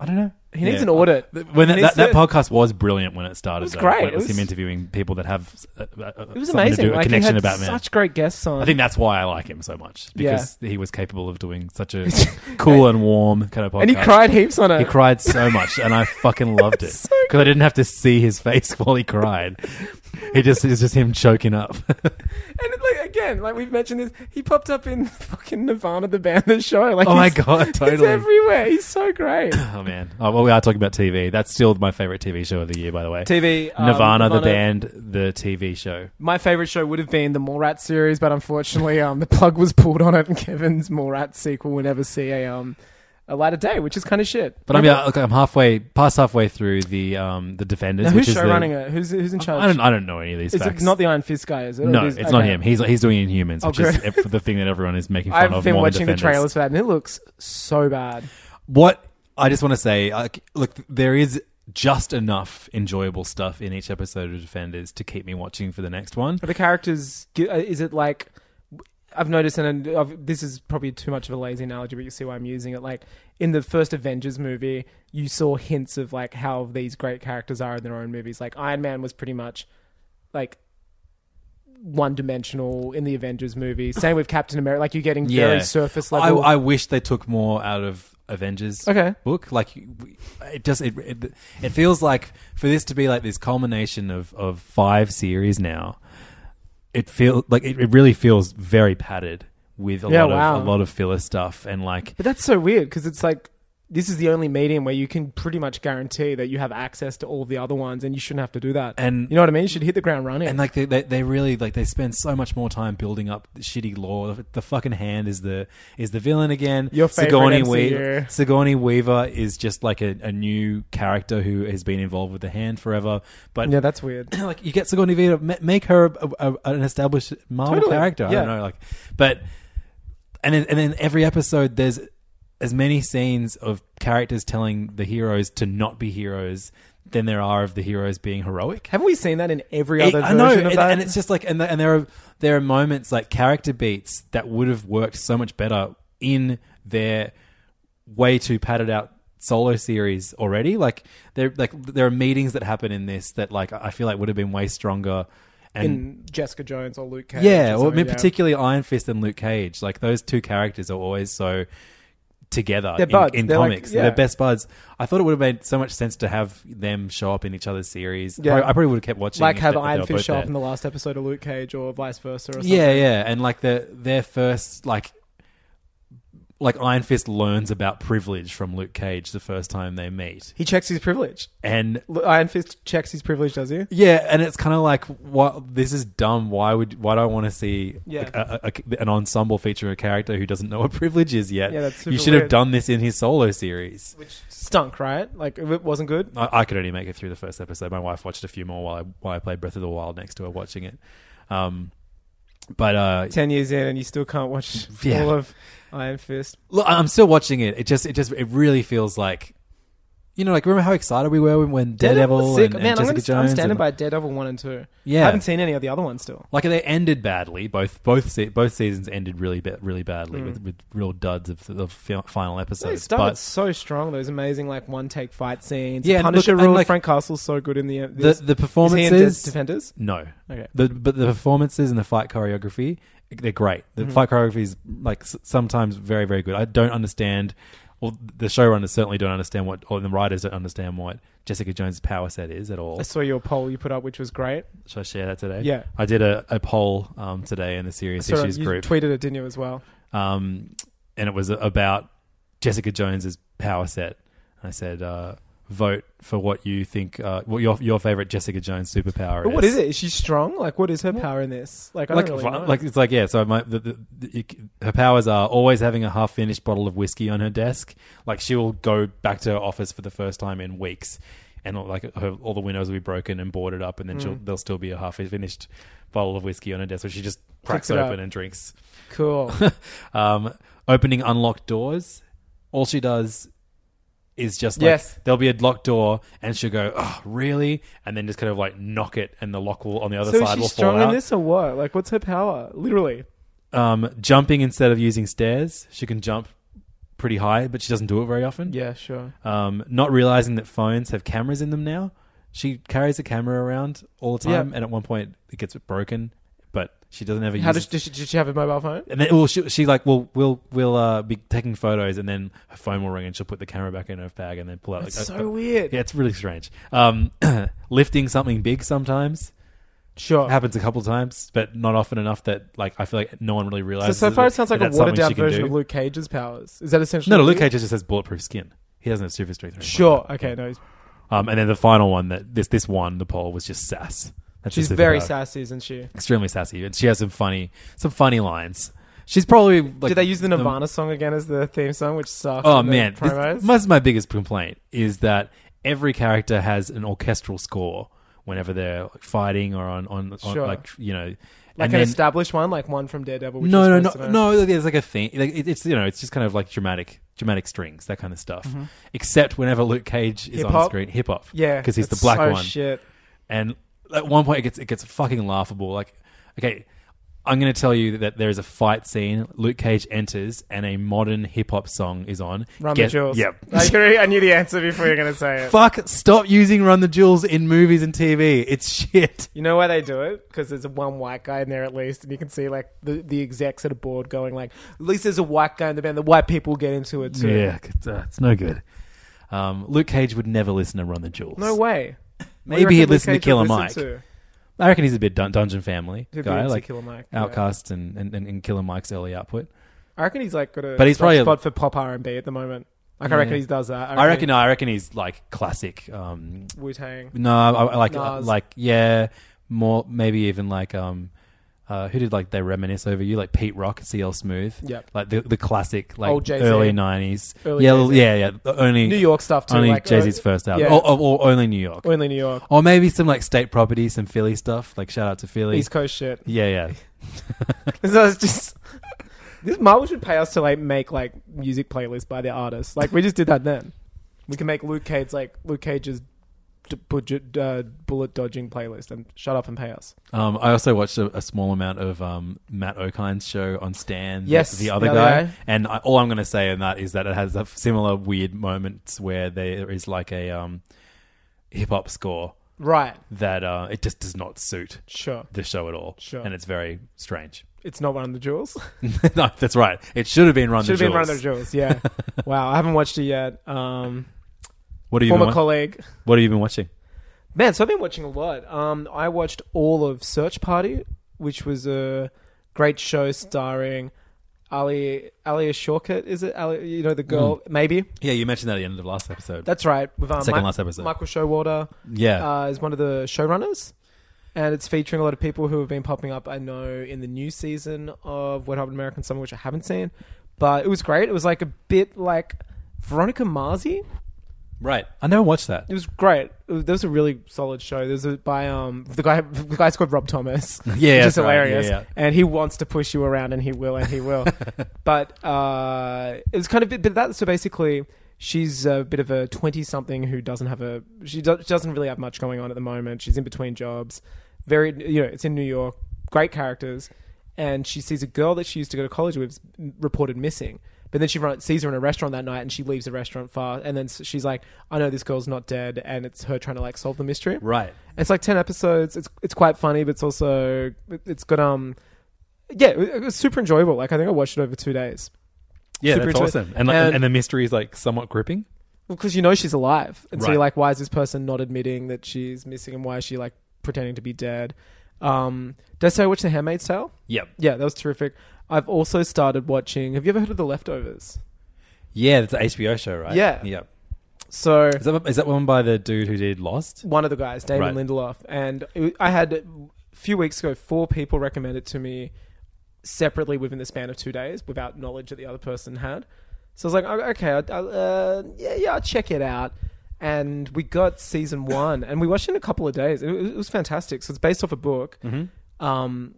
I don't know. he needs an audit. When that, He that, needs that to- podcast was brilliant when it started. It was great. When it It was, was- him interviewing people that have uh, uh, it was something amazing. To do, like, a connection he had to Batman. Such great guests on. I think that's why I like him so much Yeah. because he was capable of doing such <laughs> a cool and warm kind of podcast. and he cried heaps on it. He cried so much, and I <laughs> fucking loved it because I didn't have to see his face <laughs> while he cried. He just it's just him choking up. <laughs> And it, like again, like we've mentioned this, he popped up in <laughs> fucking Nirvana the band the show. Like Oh my he's- God, <laughs> he's totally. everywhere. He's <coughs> so great. oh man! Oh, well, we are talking about TV. That's still my favorite TV show of the year, by the way. TV um, Nirvana, the band, the TV show. My favorite show would have been the Mallrats series, but unfortunately, um, the plug was pulled on it, and <laughs> Kevin's Mallrats sequel will never see a um a light of day, which is kind of shit. But I'm yeah, look, I'm halfway past halfway through the um the Defenders, Now, who's which is show the, running it? Who's who's in charge? I don't I don't know any of these Is facts. it not the Iron Fist guy? Is it? Or no, is- it's not okay. him. He's he's doing Inhumans, Oh, which is good. ev- the thing that everyone is making fun <laughs> I've of. been more watching than the Defenders. trailers for that, and it looks so bad. What I just want to say, like, look, there is just enough enjoyable stuff in each episode of Defenders to keep me watching for the next one. Are the characters? gi- uh, Is it like? I've noticed, and I've, this is probably too much of a lazy analogy, but you see why I'm using it. Like in the first Avengers movie, you saw hints of like how these great characters are in their own movies. Like Iron Man was pretty much like one dimensional in the Avengers movie. Same with Captain America. Like you're getting very surface level. I, I wish they took more out of Avengers. Okay. Book like it just it, it it feels like for this to be like this culmination of of five series now. It feels like it, it really feels very padded with a Yeah, lot wow. of a lot of filler stuff and like But that's so weird because it's like this is the only medium where you can pretty much guarantee that you have access to all the other ones, and you shouldn't have to do that. And- you know what I mean? You should hit the ground running. And like they, they, they really like they spend so much more time building up the shitty lore. The fucking hand is the is the villain again. Your favorite Weaver. MCU. Sigourney Weaver is just like a, a new character who has been involved with the hand forever. But yeah, that's <clears throat> weird. like you get Sigourney Weaver, ma- make her a, a, an established Marvel Totally. character. I Yeah. don't know, like, but and then, and then every episode there's as many scenes of characters telling the heroes to not be heroes than there are of the heroes being heroic. Haven't we seen that in every other I version know, of and, that? and it's just like, and, the, and there are there are moments like character beats that would have worked so much better in their way too padded out solo series already. Like there, like there are meetings that happen in this that like I feel like would have been way stronger. And in Jessica Jones or Luke Cage. yeah, or well, I something, mean, yeah. particularly Iron Fist and Luke Cage. Like those two characters are always so together They're in, buds. in They're like- comics. yeah. They're best buds. I thought it would have made so much sense to have them show up in each other's series. Yeah. Probably- I probably would have kept watching. Like if have they- if they Iron were Fist both show up there. in the last episode of Luke Cage or vice versa. Or something. Yeah, yeah, and like the their first like like Iron Fist learns about privilege from Luke Cage the first time they meet, He checks his privilege. and L- Iron Fist checks his privilege, does he? yeah, and it's kind of like what this is dumb. Why would why do I want to see Yeah. like, a, a- a- an ensemble feature a character who doesn't know what privilege is yet? Yeah, that's you super should have weird. done this in his solo series. Which stunk, right? Like it wasn't good. I, I could only make it through the first episode. My wife watched a few more while I while I played Breath of the Wild next to her watching it. Um, but uh, Ten years in, and you still can't watch <laughs> Yeah. all of Iron Fist. look, I'm still watching it. It just it just it really feels like. You know, like remember how excited we were when, when Daredevil sick. and, and Man, I'm, Jessica gonna, Jones I'm standing and- by Daredevil one and two. Yeah. I haven't seen any of the other ones still. Like they ended badly. Both both se- both seasons ended really ba- really badly with, with real duds of the fi- final Mm. They episodes. started But so strong. Those amazing like one take fight scenes. Yeah, Yeah, and Punisher look, and ruled like- Frank Castle's so good in the uh, the the this- Is he in performances Des- Defenders. no. Okay. The but the performances and the fight choreography they're great. The Mm. fight choreography is like s- sometimes very very good. I don't understand. Well, the showrunners certainly don't understand what, or the writers don't understand what Jessica Jones' power set is at all. I saw your poll you put up, which was great. Should I share that today? Yeah. I did a, a poll um, today in the serious Sorry, issues you group. tweeted it, didn't you, as well? um, and it was about Jessica Jones's power set. And I said, uh, vote for what you think, uh, what your your favorite Jessica Jones superpower But is. what is it? Is she strong? Like, what is her power in this? Like, I Like, don't really know. like it's like yeah. So my the, the, the, her powers are always having a half finished bottle of whiskey on her desk. Like she will go back to her office for the first time in weeks, and like her, all the windows will be broken and boarded up, and then Mm. she'll there'll still be a half finished bottle of whiskey on her desk, which she just cracks it up. open and drinks. <laughs> cool. um, opening unlocked doors. All she does is just like Yes. there'll be a locked door, and she'll go, "Oh, really?" and then just kind of like knock it, and the lock will on the other so is side she will strong fall in out. this or what? Like, what's her power? Literally. Um, jumping instead of using stairs, she can jump pretty high, but she doesn't do it very often. Yeah, sure. Um, not realizing that phones have cameras in them now, she carries a camera around all the Yeah. time, and at one point it gets broken, but she doesn't ever How use does, does she, did she have a mobile phone? And then, well, she, she like, well, we'll we'll uh, be taking photos, and then her phone will ring, and she'll put the camera back in her bag, and then pull out. That's like, so a- a- weird. Yeah, it's really strange. Um, <clears throat> lifting something big sometimes Sure. happens a couple times, but not often enough that like I feel like no one really so, realizes. so far, that- it sounds like that a that's something watered down she can version do. of Luke Cage's powers. Is that essentially? No, no, Luke what it Cage just has bulletproof skin. He doesn't have super strength. or is? anything Sure. like that. Okay. No, Um, and then the final one that this this one the poll was just sass. That's her she's very superpower. sassy, isn't she? extremely sassy, and she has some funny some funny lines. She's probably like, Did they use the Nirvana song again as the theme song, which sucks? Oh in the man, this, promos? that's my biggest complaint is that every character has an orchestral score whenever they're fighting or on on, on Sure. like you know, like and an then- established one, like one from Daredevil. Which no you're no no supposed to know. no. There's like a thing. Like, it, it's you know, it's just kind of like dramatic dramatic strings that kind of stuff. Except whenever Luke Cage is on Mm-hmm. Hip-hop? screen, hip hop. Yeah, because he's the that's black so one. Shit. And at one point, it gets it gets fucking laughable. Like, okay, I'm going to tell you that there is a fight scene. Luke Cage enters, and a modern hip hop song is on. Run Get- the jewels. Yep. <laughs> I, knew- I knew the answer before you were going to say it. Fuck! Stop using "Run the Jewels" in movies and TV. It's shit. You know why they do it? Because there's one white guy in there at least, and you can see like the, the execs at a board going like, at least there's a white guy in the band. The white people get into it too. Yeah, it's, uh, it's no good. Um, Luke Cage would never listen to "Run the Jewels." No way. Maybe What do you he'd reckon listen to Luke Cage Killer would Mike. listen to? I reckon he's a bit dun- Dungeon Family He'd be guy, into like Killer Mike, yeah. Outcasts and, and, and, and Killer Mike's early output. I reckon he's like got a But he's soft probably a- spot for pop R and B at the moment. Like I reckon he does that. I reckon. I reckon he's like classic. Um, Wu Tang. no, I, I like uh, Nas. like yeah, more maybe even like um, uh, who did like they reminisce over you like Pete Rock, CL Smooth. Yep. like the the classic like Old Jay-Z. early nineties. Early yeah, Jay-Z. yeah, yeah. the Only New York stuff too. only like, uh, Jay Z's first album, yeah. or, or, or only New York, Only New York. or maybe some like state property, some Philly stuff. Like shout out to Philly. East Coast shit. yeah, yeah. <laughs> So it's just this Marvel should pay us to like make like music playlists by the artists. Like we just did that then. We can make Luke Cage like Luke Cage's d- budget uh, bullet dodging playlist and shut up and pay us. Um, I also watched a, a small amount of um, Matt Okine's show on Stan. the- Yes, the other the guy. other guy. And I, all I'm going to say in that is that it has a similar weird moments where there is like a um, hip hop score Right. that uh, it just does not suit Sure. the show at all. Sure. And it's very strange. <laughs> It's not one of the jewels. no, that's right. It should have been Run Should have the been Jewels. one of the jewels. Yeah. wow. I haven't watched it yet. Um, What have you been? former wa- colleague. what have you been watching? Man, so I've been watching a lot. Um, I watched all of Search Party, which was a great show starring Ali Alia Shortcut, is it? Ali, you know Mm. the girl, maybe. Yeah, you mentioned that at the end of last episode. That's right. With um, Second last episode. Michael Showalter, Yeah. uh, is one of the showrunners, and it's featuring a lot of people who have been popping up. I know in the new season of What Happened American Summer, which I haven't seen, but it was great. It was like a bit like Veronica Mars-y. right. I never watched that. It was great. It was, that was a really solid show. There's a by um the guy the guy's called Rob Thomas. <laughs> Yeah, which is that's right. hilarious. Yeah, yeah. And he wants to push you around, and he will, and he will. but uh, it was kind of bit, bit of that. So basically, she's a bit of a twenty-something who doesn't have a she, do, she doesn't really have much going on at the moment. She's in between jobs. Very, you know, it's in New York. Great characters, and she sees a girl that she used to go to college with m- reported missing. But then she run, sees her in a restaurant that night, and she leaves the restaurant far. And then s- she's like, "I know this girl's not dead," and it's her trying to like solve the mystery. Right. It's like ten episodes. It's it's quite funny, but it's also it's got um, yeah, it it was super enjoyable. Like I think I watched it over two days Yeah, Super that's into it. awesome. And, like, and And- the mystery is like somewhat gripping. because you know she's alive, and so Right. you're like, why is this person not admitting that she's missing, and why is she like pretending to be dead? Um, did I say I watched The Handmaid's Tale? Yep. Yeah, that was terrific. I've also started watching. Have you ever heard of The Leftovers? Yeah, it's an HBO show, right? Yeah. Yeah. So Is that, is that one by the dude who did Lost? one of the guys, Damon Right. Lindelof, and it, I had a few weeks ago four people recommend it to me separately within the span of two days without knowledge that the other person had. So I was like, "Oh, okay, I, I, uh, yeah, yeah, I'll check it out. And we got season one, and we watched it in a couple of days. It, was- it was fantastic. So it's based off a book. Um,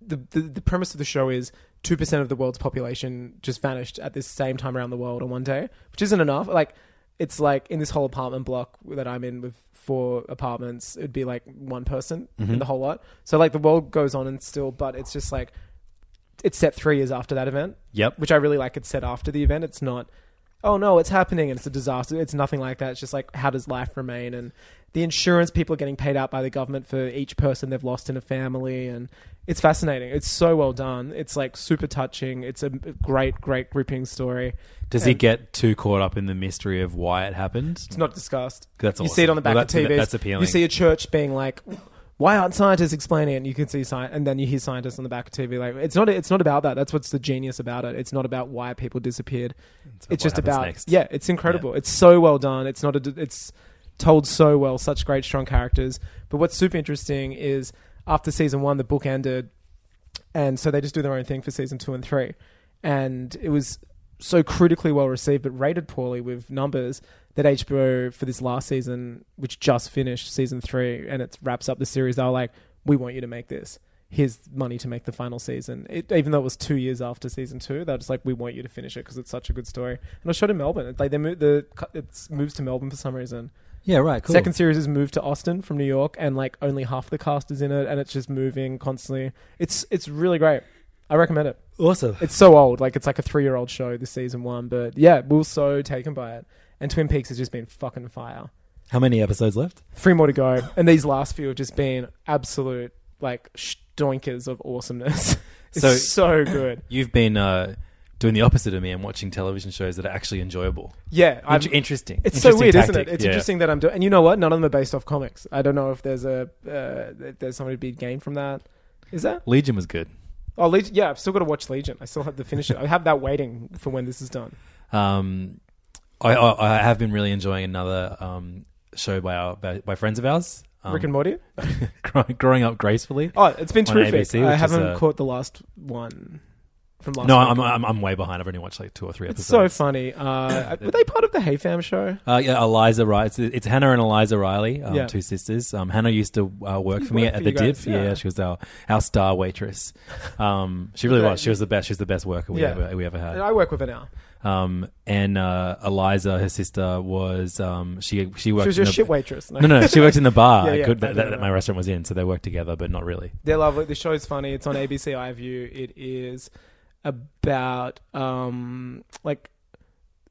the, the the premise of the show is two percent of the world's population just vanished at this same time around the world on one day, which isn't enough. Like it's like in this whole apartment block that I'm in with four apartments, it'd be like one person in the whole lot. So like the world goes on and still, but it's just like it's set three years after that event. Yep. Which I really like. It's set after the event. It's not. Oh no, it's happening and it's a disaster. It's nothing like that. It's just like how does life remain and the insurance people are getting paid out by the government for each person they've lost in a family and it's fascinating. It's so well done. It's like super touching. It's a great, great gripping story. Does he get too caught up in the mystery of why it happened? It's not discussed. That's you see it awesome. on the back Well, of that's- TV. that's appealing. You see a church being like, "Why aren't scientists explaining it?" And you can see science, and then you hear scientists on the back of TV like, "It's not. It's not about that. That's what's the genius about it. It's not about why people disappeared. It's, what just happens about next. yeah. It's incredible. It's so well done. It's not a. d- It's told so well. Such great strong characters. But what's super interesting is after season one, the book ended and so they just do their own thing for season two and three. And it was so critically well received, but rated poorly with numbers that HBO for this last season, which just finished season three and it wraps up the series, they were like, "We want you to make this. Here's money to make the final season." It, even though it was two years after season two, they're just like, "We want you to finish it because it's such a good story." And I showed in Melbourne. Like they moved the it moves to Melbourne for some reason. Yeah, right. Cool. Second series is moved to Austin from New York, and like only half the cast is in it, and it's just moving constantly. It's it's really great. I recommend it. awesome. It's so old, like it's like a three year old show. This season one, but yeah, we we're so taken by it. And Twin Peaks has just been fucking fire. How many episodes left? Three more <laughs> to go, and these last few have just been absolute like doinkers of awesomeness. <laughs> it's So- so, good. You've been uh, doing the opposite of me and watching television shows that are actually enjoyable. Yeah, I'm- Int- interesting. It's so Interesting weird, isn't tactic. it? It's Yeah. interesting that I'm doing, and you know what? None of them are based off comics. I don't know if there's a uh, if there's somebody to be gained from that. Is that? Legion was good. Oh, Legion. Yeah, I've still got to watch Legion. I still have to finish it. I have that waiting for when this is done. Um, I, I, I have been really enjoying another um, show by our by, by friends of ours. Um, Rick and Morty. Gr- <laughs> growing up gracefully. Oh, it's been on terrific. ABC, which I is, haven't uh, caught the last one from last. no, week. I'm, I'm I'm way behind. I've only watched like two or three It's so episodes. <coughs> funny. Uh, were they part of the Hey Fam show? Uh, yeah, Eliza Riley. It's, it's Hannah and Eliza Riley, um, Yeah. two sisters. Um, Hannah used to uh, work for me worked at for the you guys, Dip. Yeah. yeah. she was our, our star waitress. Um, she really Yeah. was. She was the best. She was the best worker we Yeah. ever we ever And had. I work with her now. Um, and uh, Eliza, her sister, was um, she she worked. She was in your the, shit waitress. No, no, she worked in the bar. <laughs> Yeah, yeah, Good- I that, know, that- I that know. my restaurant was in, so they worked together, but not really. They're lovely. The show's funny. It's on ABC iView. It is about um like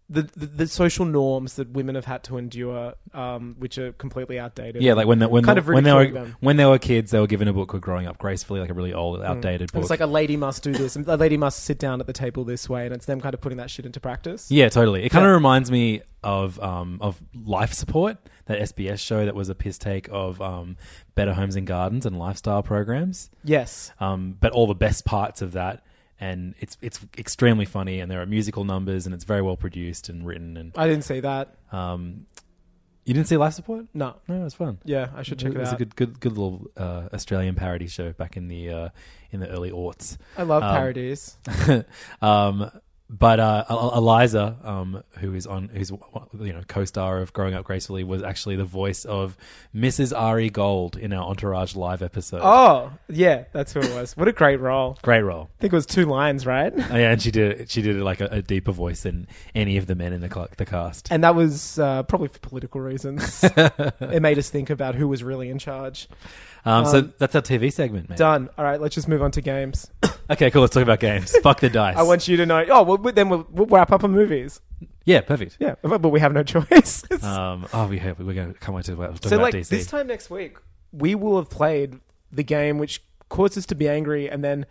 the, the the social norms that women have had to endure, um, which are completely outdated. Yeah, like when the, when Kind the- of when they were ridiculing them. when they were kids, they were given a book called Growing Up Gracefully, like a really old, outdated It book. was like a lady must do this, and a lady must sit down at the table this way, and it's them kind of putting that shit into practice. Yeah, totally. It kind of Yeah. reminds me of um, of Life Support, that SBS show that was a piss take of um, Better Homes and Gardens and lifestyle programs, Yes, um, but all the best parts of that and it's it's extremely funny, and there are musical numbers, and it's very well produced and written. And I didn't see that. um, you didn't see Life Support? No. No, it was fun. Yeah, I should check it, was out. a good, good, good little uh, Australian parody show back in the uh, in the early aughts. I love Um, <laughs> parodies. um, but uh, El- Eliza, um, who is on, who's you know co-star of Growing Up Gracefully, was actually the voice of Mrs. Ari Gold in our Entourage live episode. Oh, yeah, that's who it was. What a great role. Great role, I think it was two lines, right? oh, yeah, and she did she did like a, a deeper voice than any of the men in the cl- the cast. And that was uh, probably for <laughs> political reasons. it made us think about who was really in charge. Um, so that's our TV segment, man. Done. All right, let's just move on to games. Okay, cool. Let's talk about <laughs> games. Fuck the dice. I want you to know. Oh, well, then we'll, we'll wrap up on movies. yeah, perfect. Yeah, but but we have no <laughs> choice. Um, oh, we have, we're going to come on to talk so, about like, DC. this time next week, we will have played the game which caused us to be angry and then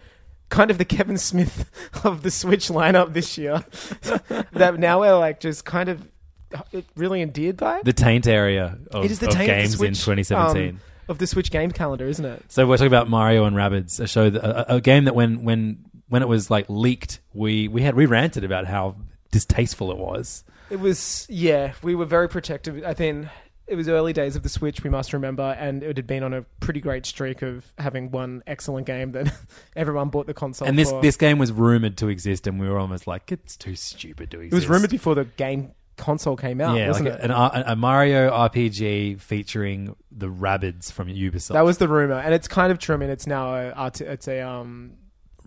kind of the <laughs> Kevin Smith of the Switch lineup this year. <laughs> that now we're like just kind of uh, really endeared by. the taint area of, it is the of taint of the games in Switch, 2017. um, of the Switch game calendar, isn't it? So we're talking about Mario and Rabbids, a show, that, a, a game that when when when it was like leaked, we we had we ranted about how distasteful it was. It was yeah. We were very protective. I think it was early days of the Switch. We must remember, and it had been on a pretty great streak of having one excellent game that <laughs> everyone bought the console. And this for. this game was rumored to exist, and we were almost like, it's too stupid to exist. it was rumored before the game console came out, yeah, wasn't like it? An, R- a Mario RPG featuring the Rabbids from Ubisoft. that was the rumor, and it's kind of true. I mean, it's now a RT- it's a um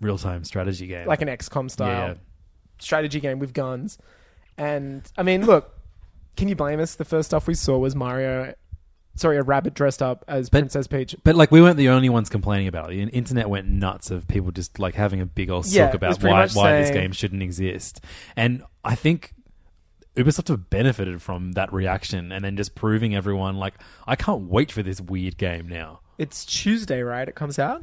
real time strategy game. like an XCOM style Yeah. strategy game with guns. And I mean, look, can you blame us? The first stuff we saw was Mario, sorry, a rabbit dressed up as Princess Peach. But like we weren't the only ones complaining about it. The internet went nuts of people just like having a big old Yeah, sook it was about pretty why much why this saying- game shouldn't exist. And I think Ubisoft have benefited from that reaction and then just proving everyone like I can't wait for this weird game now. It's Tuesday, right? It comes out.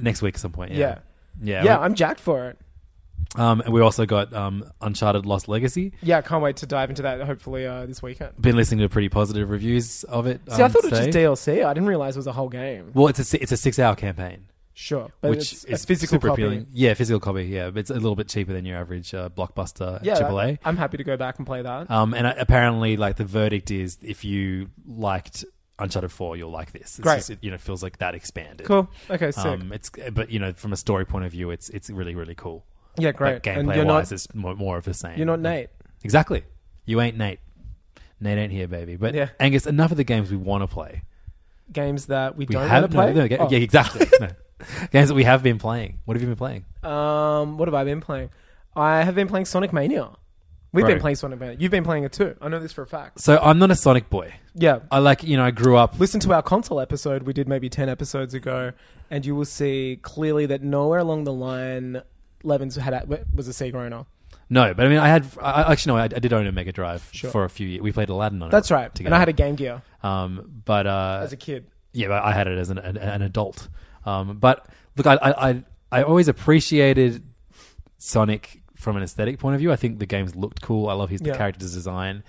Next week at some point. Yeah. Yeah. Yeah. Yeah, I'm jacked for it. um and we also got um Uncharted Lost Legacy. Yeah, I can't wait to dive into that. Hopefully uh, this weekend. Been listening to pretty positive reviews of it. See, I um, thought it was today. just DLC. I didn't realize it was a whole game. Well, it's a si- it's a 6-hour campaign. Sure, but which it's is a physical super copy. appealing. Yeah, physical copy. Yeah, but it's a little bit cheaper than your average uh, blockbuster Yeah, AAA. I- I'm happy to go back and play that. Um, and uh, apparently, like the verdict is, if you liked Uncharted Four, you'll like this. It's Great. just, it, you know, feels like that expanded. cool. Okay, sick. Um, it's but you know, from a story point of view, it's it's really really cool. yeah, great. Like, and gameplay you're wise, not it's more, more of the same. you're not Nate. Exactly. You ain't Nate. Nate ain't here, baby. But Yeah. Angus, enough of the games we want to play. Games that we, We don't have want to play. No, no, ga- Oh. Yeah, <laughs> exactly. No. Games that we have been playing. What have you been playing? Um, what have I been playing? I have been playing Sonic Mania. We've Right. been playing Sonic Mania. You've been playing it too. I know this for a fact. So I'm not a Sonic boy. Yeah. I like you know I grew up Listen to our console episode we did maybe 10 episodes ago, and you will see clearly that nowhere along the line Levins had a, was a Sega owner. No, but I mean, I had I, I- actually no, I, I did own a Mega Drive Sure. for a few years. We played Aladdin on it. That's right. Together. And I had a Game Gear um, but uh, as a kid. yeah, but I had it as an an, an adult. Um, but look, I, I I I always appreciated Sonic from an aesthetic point of view. I think the games looked cool. I love his Yeah. character's design.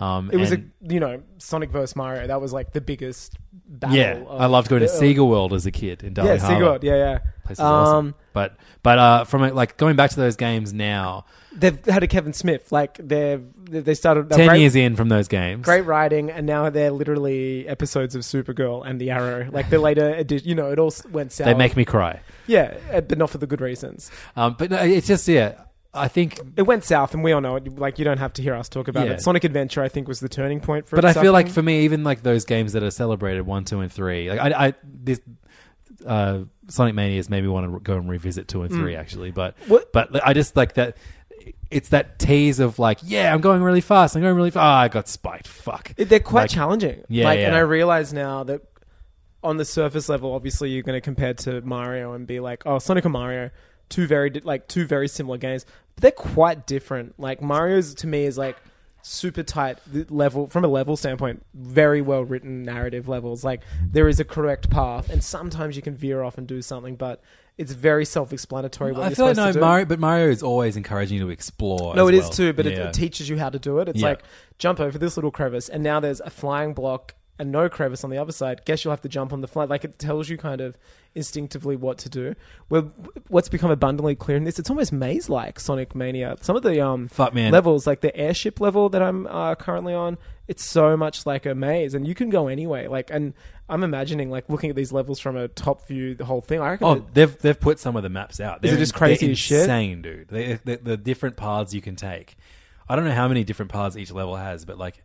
Um, It was a, and- you know, Sonic versus Mario. That was like the biggest battle. yeah. of I loved going to the- Sega World as a kid in uh, Yeah, Darling Harbour. Sega. Yeah, yeah. Place is um, awesome. But but uh, from a, like going back to those games now, They've had a Kevin Smith. Like, they've, they started. ten right- years in from those games, Great writing, and now they're literally episodes of Supergirl and The Arrow. Like the later edition, you know, it all s- went south. they make me cry. yeah, uh, but not for the good reasons. Um, but no, it's just yeah. I think It went south, and we all know it. Like you don't have to hear us talk about Yeah. it. Sonic Adventure, I think, was the turning point for. But it I feel like suffering. for me, even like those games that are celebrated one, two, and three, like I, I this uh, Sonic Mania's made me want to re- go and revisit two and three actually. But Mm. What- but like, I just like that. It's that tease of like, yeah, I'm going really fast. I'm going really fast. Ah, I got spiked. Fuck. It- they're quite Like, challenging. Yeah, like, yeah. and I realize now that on the surface level, obviously, you're going to compare to Mario and be like, oh, Sonic and Mario, two very di- like two very similar games, but they're quite different. Like Mario's to me is like super tight th- level from a level standpoint, very well written narrative levels. Like there is a correct path, and sometimes you can veer off and do something, but it's very self-explanatory. What I you're feel like supposed no to do. Mario, but Mario is always encouraging you to explore. No, as it is well. too, but it, Yeah. it teaches you how to do it. It's Yeah. like jump over this little crevice, and now there's a flying block, and no crevice on the other side, guess you'll have to jump on the fly. Like it tells you kind of instinctively what to do. Well, what's become abundantly clear in this, it's almost maze-like Sonic Mania. Some of the um Fuck, man. levels, like the airship level that I'm uh, currently on, it's so much like a maze, and you can go anyway. Like, and I'm imagining like looking at these levels from a top view, the whole thing. I reckon. Oh, that- they've they've put some of the maps out. They're it just in- they're crazy as shit? Insane, dude. They, the, the different paths you can take. I don't know how many different paths each level has, but like,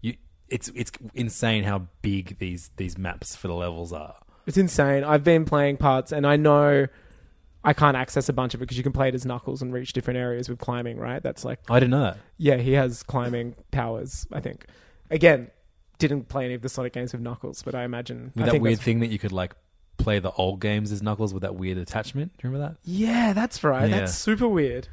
you, it's it's insane how big these these maps for the levels are. It's insane. I've been playing parts, and I know I can't access a bunch of it because you can play it as Knuckles and reach different areas with climbing. Right? That's like, I didn't know that. yeah, he has climbing powers. I think. Again, didn't play any of the Sonic games with Knuckles, but I imagine With I that think weird that's- thing that you could like play the old games as Knuckles with that weird attachment. Do you remember that? Yeah, that's right. Yeah. That's super weird.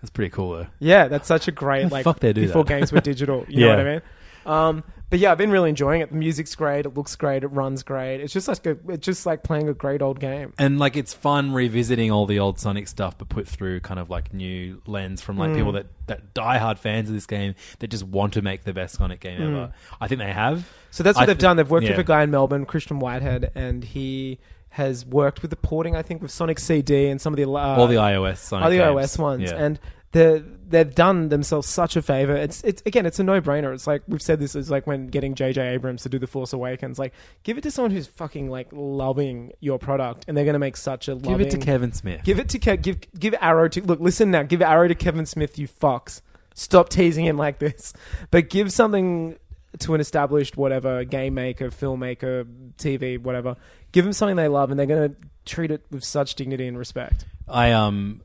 That's pretty cool though. Yeah, that's such a great How like fuck they do before that? games were digital. You know Yeah. what I mean? Um, but yeah, I've been really enjoying it. The music's great. It looks great. It runs great. It's just like a, it's just like playing a great old game. And like it's fun revisiting all the old Sonic stuff, but put through kind of like new lens from like people Mm. that that diehard fans of this game that just want to make the best Sonic game ever. I think they have. Mm. So that's I what they've thi- done. They've worked with yeah. a guy in Melbourne, Christian Whitehead, and he has worked with the porting. I think with Sonic CD and some of the uh, all the iOS Sonic are the games. iOS ones, Yeah. and the they've done themselves such a favor. It's it's again, it's a no brainer. It's like we've said this is like when getting JJ Abrams to do the Force Awakens. Like, give it to someone who's fucking like loving your product, and they're gonna make such a give it to loving- Kevin Smith. Give it to Ke- give give Arrow to look. Listen now, give Arrow to Kevin Smith. You fox. Stop teasing him like this. <laughs> But give something to an established whatever game maker, filmmaker, TV, whatever. Give them something they love, and they're gonna treat it with such dignity and respect. I um,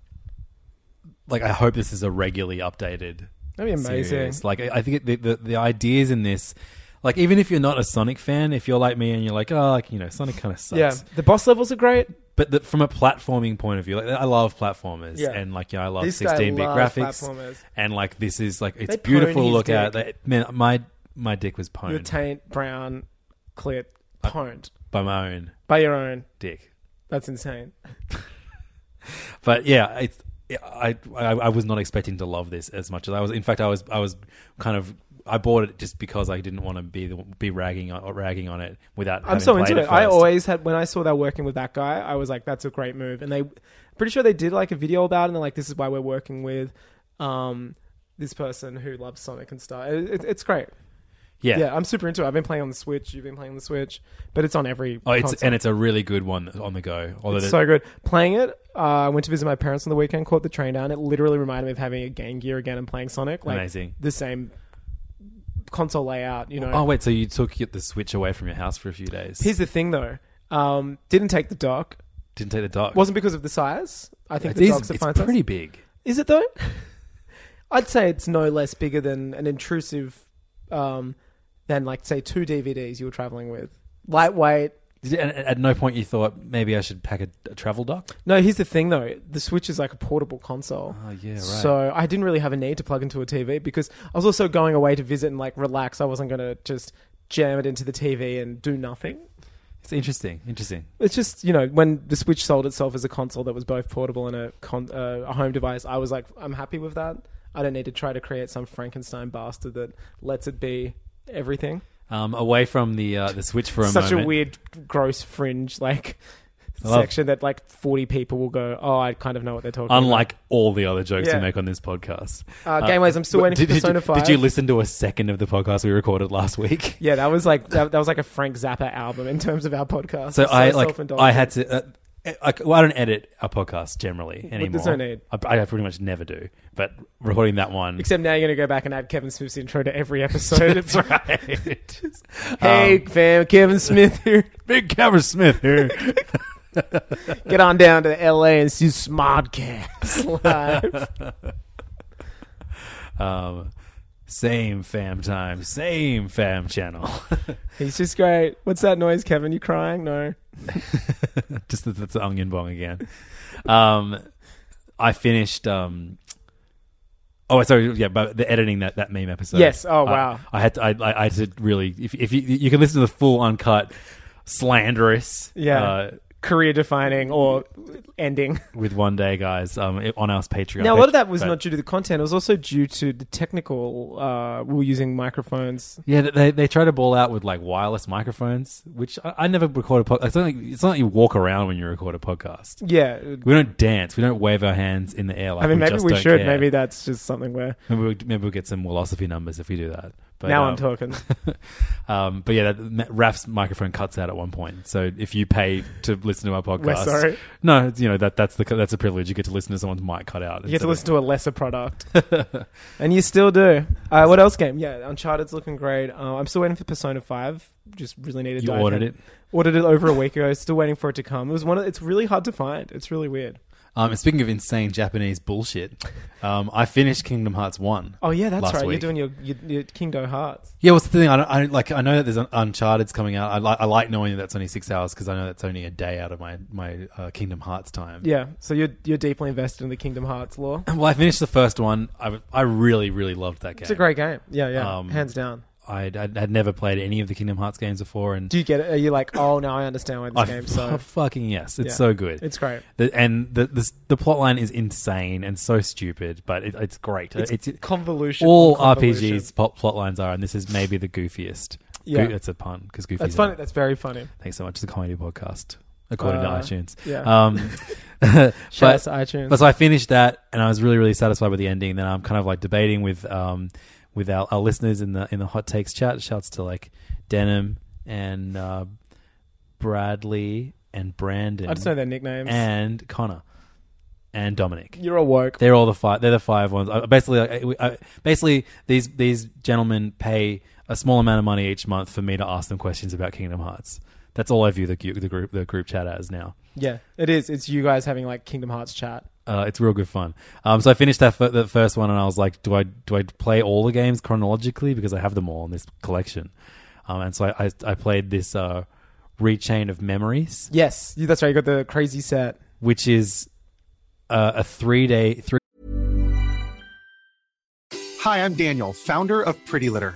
like I hope this is a regularly updated. That'd be amazing. series. Like I I think it, the, the the ideas in this, like even if you're not a Sonic fan, if you're like me and you're like, oh, like you know, Sonic kind of sucks. Yeah, the boss levels are great. But the, from a platforming point of view, like I love platformers, Yeah. and like yeah, I love This guy sixteen bit loves graphics, platformers. and like this is like it's They beautiful to pwned his look at. dick. They- man, my my dick was Your pwned taint brown, clit, pwned by my own by your own. dick. That's insane. but yeah, it's, I, I I was not expecting to love this as much as I was. In fact, I was I was kind of I bought it just because I didn't want to be the, be ragging on, or ragging on it without. I'm having so played into it. I first. always had when I saw they're working with that guy, I was like, "That's a great move." And they, pretty sure they did like a video about it. And they're like, "This is why we're working with, um, this person who loves Sonic and stuff." It, it- it's great. yeah. Yeah. I'm super into it. I've been playing on the Switch. You've been playing on the Switch, but it's on every. Oh, it's console. and it's a really good one on the go. Although It's the- so good. Playing it, uh, I went to visit my parents on the weekend, caught the train down. It literally reminded me of having a Game Gear again and playing Sonic. Like, Amazing. The same console layout, you know. oh wait, so you took the switch away from your house for a few days? Here's the thing, though. Um, didn't take the dock. Didn't take the dock. Wasn't because of the size. I think it the is, dock's a it's fine size. pretty big. Is it though? <laughs> I'd say it's no less bigger than an intrusive, um, than like say two DVDs you were traveling with. Lightweight. Did it- and at no point you thought maybe I should pack a, a travel dock. No, here's the thing though. The Switch is like a portable console. Oh yeah, right. So I didn't really have a need to plug into a TV because I was also going away to visit and like relax. I wasn't going to just jam it into the TV and do nothing. it's interesting. Interesting. It's just you know when the Switch sold itself as a console that was both portable and a con- uh, a home device, I was like, I'm happy with that. I don't need to try to create some Frankenstein bastard that lets it be everything. Um, away from the uh, the switch for a Such moment. a weird, gross fringe like love- section that like 40 people will go, oh, I kind of know what they're <laughs> talking. Unlike all the other jokes we Yeah. make on this podcast. about. Uh, Gameways, I'm still But did, waiting for did you- Persona did, 5. you listen to a second of the podcast we recorded last week? <laughs> <laughs> Yeah, that was like that, that was like a Frank Zappa album in terms of our podcast. So It's I like self-indulgent. I had to. Uh, I, well, I don't edit a podcast generally anymore. there's no need. I, I pretty much never do. But recording that one, Except now you're going to go back and add Kevin Smith's intro to every <laughs> episode. that's right. <laughs> hey, Um, fam, Kevin Smith here. Big Cameron Smith <laughs> here. Get on down to LA and see <laughs> Smodcast live. um, same fam time, same fam channel. <laughs> He's just great. What's that noise, Kevin? You crying? No. Just that- that's the onion bong again. Um, I finished. Um, oh, sorry. Yeah, but the editing that that meme episode. Yes. Oh, I- wow. I, had to. I, I, I did really. If if you you can listen to the full uncut slanderous. Yeah. Uh, career defining or ending. with one day, guys, um, it- on our Patreon. <laughs> Now, a lot of that was But- not due to the content. It was also due to the technical. Uh, we were using microphones. Yeah, they they try to ball out with like wireless microphones, which I, I never record a podcast. It's, not like, it's not like you walk around when you record a podcast. Yeah. We don't dance. We don't wave our hands in the air. Like I mean, we maybe just we don't should. care. Maybe that's just something where. maybe we'll, maybe we'll get some philosophy numbers if we do that. But, now um, <laughs> I'm talking. Um, but yeah, that, Raf's microphone cuts out at one point. So if you pay to listen to our podcast, We're sorry. no, it's- you know that that's the that's a privilege. You get to listen to someone's mic cut out. You get to listen to a <laughs> lesser product, and you still do. Uh, what else game? Yeah, Uncharted's looking great. Uh, I'm still waiting for Persona Five. Just really needed. You ordered it. Ordered it over a week ago. Still waiting for it to come. It was one. Of, it's really hard to find. It's really weird. Um, and speaking of insane Japanese bullshit, um, I finished Kingdom Hearts one. Oh yeah, that's last right. week. You're doing your, your your Kingdom Hearts. Yeah, what's the thing? I don't, I don't like. I know that there's un- Uncharted's coming out. I like. I like knowing that that's only six hours because I know that's only a day out of my my uh, Kingdom Hearts time. Yeah, so you're you're deeply invested in the Kingdom Hearts lore. Well, I finished the first one. I I really really loved that game. It's a great game. Yeah, yeah, Um, hands down. I I had never played any of the Kingdom Hearts games before, and Do you get it? Are you like, oh, now I understand why this I game's f- so? <laughs> fucking yes, it's Yeah. so good. It's great. The, and the, the the plot line is insane and so stupid, but it, it's great. It's, convolution. all on convolution. RPGs plot, plot lines are, and this is maybe the goofiest. Yeah. Goo- it's a pun because goofy. That's is a- funny. That's very funny. Thanks so much. It's a comedy podcast, according Uh, to iTunes. yeah. <laughs> Um, Shout but, out to iTunes. but so I finished that, and I was really, really satisfied with the ending. Then I'm kind of like debating with um, with our, our listeners in the in the hot takes chat. Shouts to like Denim and uh, Bradley and Brandon. I just know their nicknames. and Connor and Dominic. You're a woke. They're all the five. They're the five ones. I, basically, like, I, we- I, basically these these gentlemen pay a small amount of money each month for me to ask them questions about Kingdom Hearts. That's all I view the, gu- the group the group chat as now. Yeah, it is. It's you guys having like Kingdom Hearts chat. Uh, it's real good fun. Um, so I finished that fir- the first one, and I was like, do I do I play all the games chronologically because I have them all in this collection? Um, and so I, I I played this uh, Rechain of Memories, Yes, you- that's right. You got the crazy set. which is uh, a three day three. Hi, I'm Daniel, founder of Pretty Litter.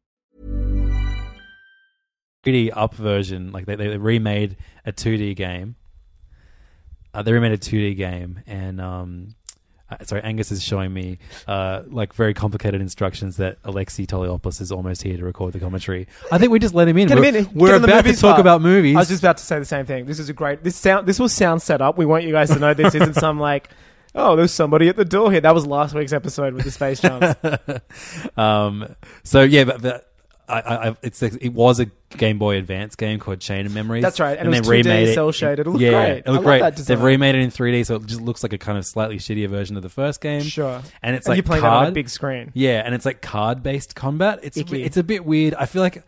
3D up version. Like they, they remade a 2D game. Uh, they remade a 2D game, and um, uh, sorry, Angus is showing me uh, like very complicated instructions that Alexi Toliopoulos is almost here to record the commentary. I think we just let him in. Get we're him in. we're Get on the about to movies talk part. about movies. I was just about to say the same thing. This is a great. This sound. This was sound set up. We want you guys to know this isn't some like. Oh, there's somebody at the door here. That was last week's episode with the space jumps. um, so yeah, but. but I, I, I- it's it was a Game Boy Advance game called Chain of Memories. That's right, and it was 2D cell shaded. It looked yeah, great. It I looked love great. that design. They've remade it in 3D, so it just looks like a kind of slightly shittier version of the first game. sure. and <laughs> it's and like you're playing card. that on a big screen. Yeah, and it's like card based combat. It's a, Icky. bit- it's a bit weird. I feel like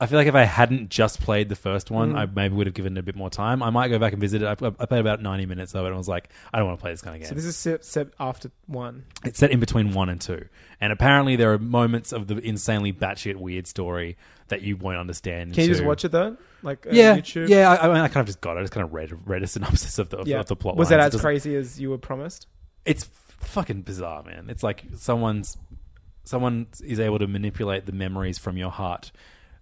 I feel like if I hadn't just played the first one, Mm. I maybe would have given it a bit more time. I might go back and visit it. I, I played about ninety minutes of it, and was like, I don't want to play this kind of game. So this is set, set after one. it's set in between one and two, and apparently there are moments of the insanely batshit weird story that you won't understand. Can you just until- watch it though? Like uh, Yeah, YouTube. yeah. I, I mean, I kind of just got. it. I just kind of read read a synopsis of the of, Yeah. of the plot. was lines. that It as doesn't- crazy as you were promised? it's fucking bizarre, man. It's like someone's someone is able to manipulate the memories from your heart,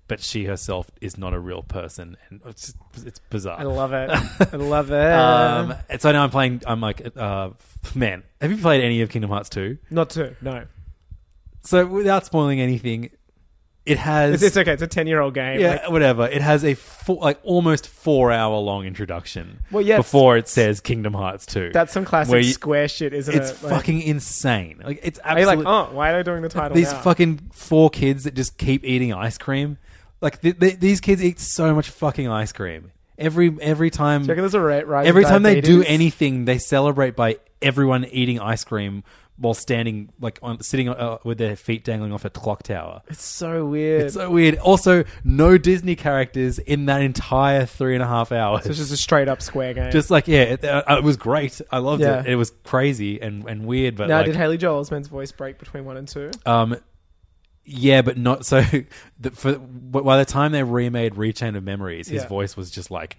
but she herself is not a real person, and it's it's bizarre. I <laughs> love it. I love it. Um, and so now I'm playing. I'm like, uh, man, have you played any of Kingdom Hearts two? Not two. No. So without spoiling anything, It has It's, it's okay. It's a ten-year-old game. yeah, Like, whatever. It has a four, like almost four hour long introduction. Well, yeah, before it says Kingdom Hearts two. that's some classic Where you- square shit, isn't It's it? Like, fucking insane. Like it's Are you like, absolutely oh, why are they doing the title? these now? fucking four kids that just keep eating ice cream. Like th- th- these kids eat so much fucking ice cream every every time. Do you reckon there's a ra- rise in every time they do diabetes? anything, they celebrate by everyone eating ice cream while standing like on sitting uh, with their feet dangling off a clock tower. It's so weird. It's so weird. Also, no Disney characters in that entire three and a half hours. So it's just a straight up square game. just like yeah, it, uh, it was great. I loved Yeah. it. It was crazy and, and weird, but now, like, did Haley Joel Osment's voice break between one and two? um, yeah, but not so. <laughs> The, for but by the time they remade Rechain of Memories, his Yeah. voice was just like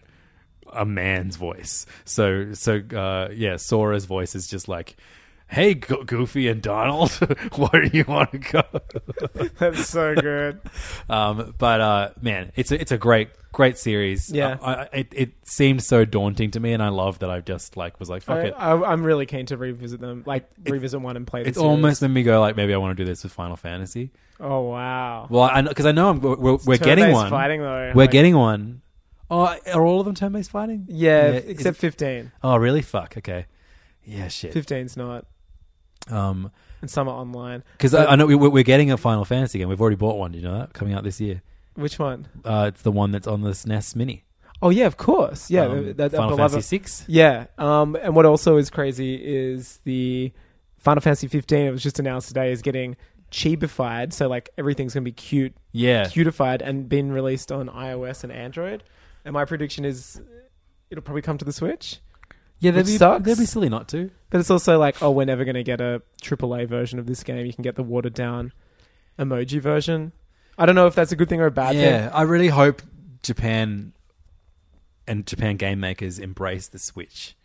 a man's voice. So so uh, yeah, Sora's voice is just like. Hey, Go- Goofy and Donald, <laughs> where do you want to go? <laughs> <laughs> That's so good. Um, but uh, man, it's a, it's a great great series. Uh, Yeah. I, I, it it seemed so daunting to me, and I love that I just like was like fuck I, it. I, I'm really keen to revisit them, like revisit one and play. The It's series. almost made me go like maybe I want to do this with Final Fantasy. Oh wow. Well, I because I know I'm we're, we're, we're getting turn-based one. fighting, though, we're like- getting one. Oh, are all of them turn based fighting? yeah, is except it- fifteen. oh, really? Fuck. Okay. Yeah, shit. 15's not, Um, and some are online. because I, I know we, we're we're getting a Final Fantasy game. We've already bought one. Do you know that coming out this year? Which one? Uh, it's the one that's on the SNES Mini. Oh yeah, of course. Yeah, Um, that, that Final beloved- Fantasy Six. Yeah. Um, and what also is crazy is the Final Fantasy 15. It was just announced today is getting chibified, so like everything's gonna be cute, Yeah. cutified, and being released on iOS and Android. And my prediction is it'll probably come to the Switch. Yeah, they'd Which be, sucks. they'd be silly not to. But it's also like, oh, we're never going to get a AAA version of this game. You can get the watered down emoji version. I don't know if that's a good thing or a bad yeah, thing. I really hope Japan and Japan game makers embrace the Switch.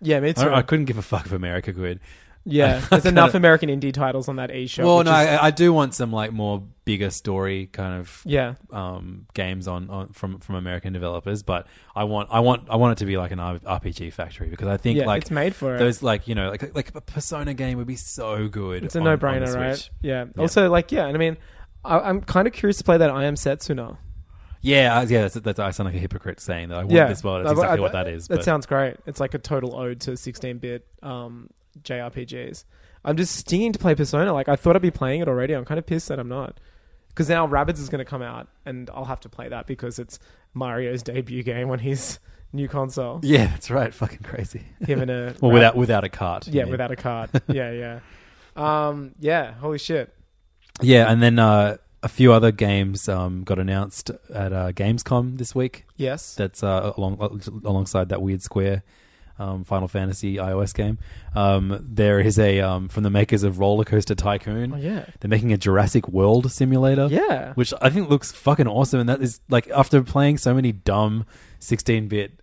Yeah, me I, too. I couldn't give a fuck if America could. yeah, <laughs> I there's enough kinda- American indie titles on that eShop. well, which no, is- I, I do want some like more bigger story kind of yeah, um, games on, on from from American developers, but I want I want I want it to be like an R- RPG factory because I think yeah, like it's made for it. those like you know like like a Persona game would be so good. it's a on- on the no-brainer, right? Switch. Yeah. Yeah. Also, like, yeah, and I mean, I, I'm kind of curious to play that I Am Setsuna. Yeah, I- yeah. That's, that's, I sound like a hypocrite saying that I want yeah, this world. I- That's exactly I- what that is. That but- sounds great. It's like a total ode to 16-bit um, JRPGs. I'm just stinging to play Persona. Like I thought I'd be playing it already. I'm kind of pissed that I'm not, because now Rabbids is going to come out, and I'll have to play that because it's Mario's debut game on his <laughs> new console. yeah, that's right. <laughs> Fucking crazy. Him and a <laughs> Well, without Rab- without a cart. you yeah, mean. without a card. yeah, yeah, um, yeah. Holy shit. Yeah, and then uh, a few other games um, got announced at uh, Gamescom this week. Yes. That's uh, along alongside that weird Square um, Final Fantasy iOS game. Um, there is a um, from the makers of Roller Coaster Tycoon. oh yeah. They're making a Jurassic World simulator. Yeah. Which I think looks fucking awesome. And that is like after playing so many dumb 16 bit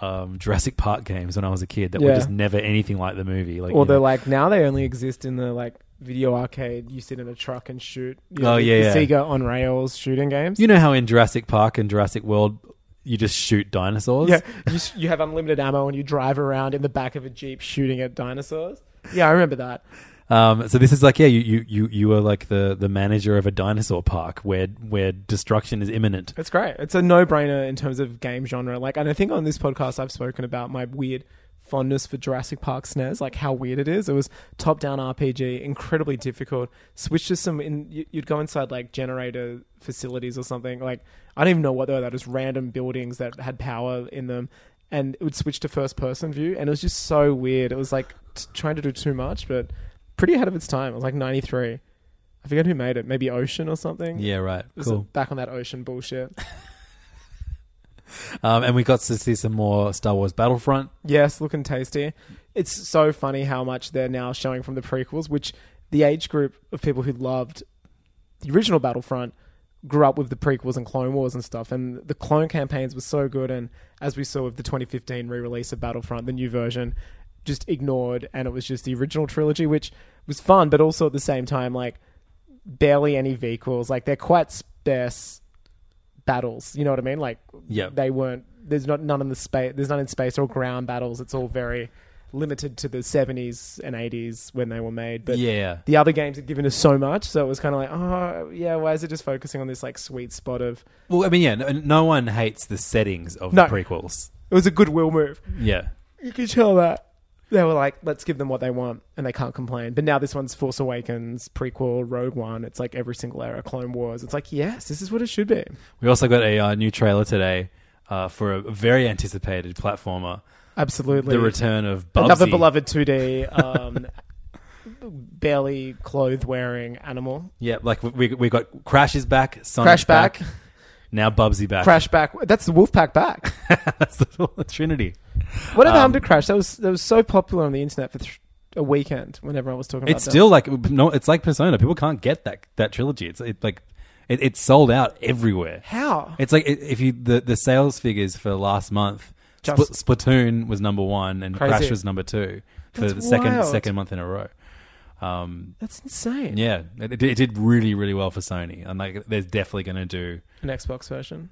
um, Jurassic Park games when I was a kid that were Yeah. just never anything like the movie. Like, Or you know, they're like now they only exist in the like video arcade. You sit in a truck and shoot. you Oh, the- yeah, the yeah. Sega on rails shooting games. you know how in Jurassic Park and Jurassic World you just shoot dinosaurs? Yeah, you, s- you have unlimited ammo and you drive around in the back of a jeep shooting at dinosaurs. Yeah, I remember that. Um, so this is like, yeah, you you you you are like the the manager of a dinosaur park where where destruction is imminent. It's great. It's a no-brainer in terms of game genre. Like, and I think on this podcast I've spoken about my weird fondness for Jurassic Park SNES, like how weird it is. It was top-down RPG, incredibly difficult. Switch to some, in, you- you'd go inside like generator facilities or something. Like, I don't even know what they were. They're just random buildings that had power in them, and it would switch to first-person view, and it was just so weird. It was like t- trying to do too much, but pretty ahead of its time. It was like '93. I forget who made it. Maybe Ocean or something. Yeah, right. It was Cool. Back on that ocean bullshit. Um, and we got to see some more Star Wars Battlefront. Yes, looking tasty. It's so funny how much they're now showing from the prequels, which the age group of people who loved the original Battlefront grew up with the prequels and Clone Wars and stuff. And the clone campaigns were so good. And as we saw with the 2015 re release of Battlefront, the new version just ignored. And it was just the original trilogy, which was fun, but also at the same time, like barely any vehicles. Like they're quite sparse battles. You know what I mean? Like Yeah. they weren't. There's not none in the space. There's none in space or ground battles. It's all very limited to the 70s and 80s when they were made. But Yeah. the other games had given us so much, so it was kind of like, oh yeah, why is it just focusing on this like sweet spot of? Well, I mean, yeah, no, no one hates the settings of No. the prequels. It was a goodwill move. Yeah. You could tell that they were like, let's give them what they want, and they can't complain. But now this one's Force Awakens prequel, Rogue One. It's like every single era, Clone Wars. It's like yes, this is what it should be. We also got a uh, new trailer today uh, for a very anticipated platformer, Absolutely, the return of Bubsy. another beloved 2D. Um, <laughs> barely clothed wearing animal Yeah, like we, we got Crash's back, Sonic Crash back. now Bubsy back. crash back that's the wolfpack back <laughs> That's the, the Trinity. whatever Um, happened to crash that was that was so popular on the internet for th- a weekend when everyone was talking about it's that. still like no, it's like Persona. People can't get that that trilogy. It's it, like it, it's sold out everywhere. How? It's like i if you the the sales figures for last month, Just- Spl- Splatoon was number one and Crazy. Crash was number two for That's the second wild. second month in a row. Um, that's insane Yeah, it, it, did- it did really really well for Sony, and like they're definitely going to do. an xbox version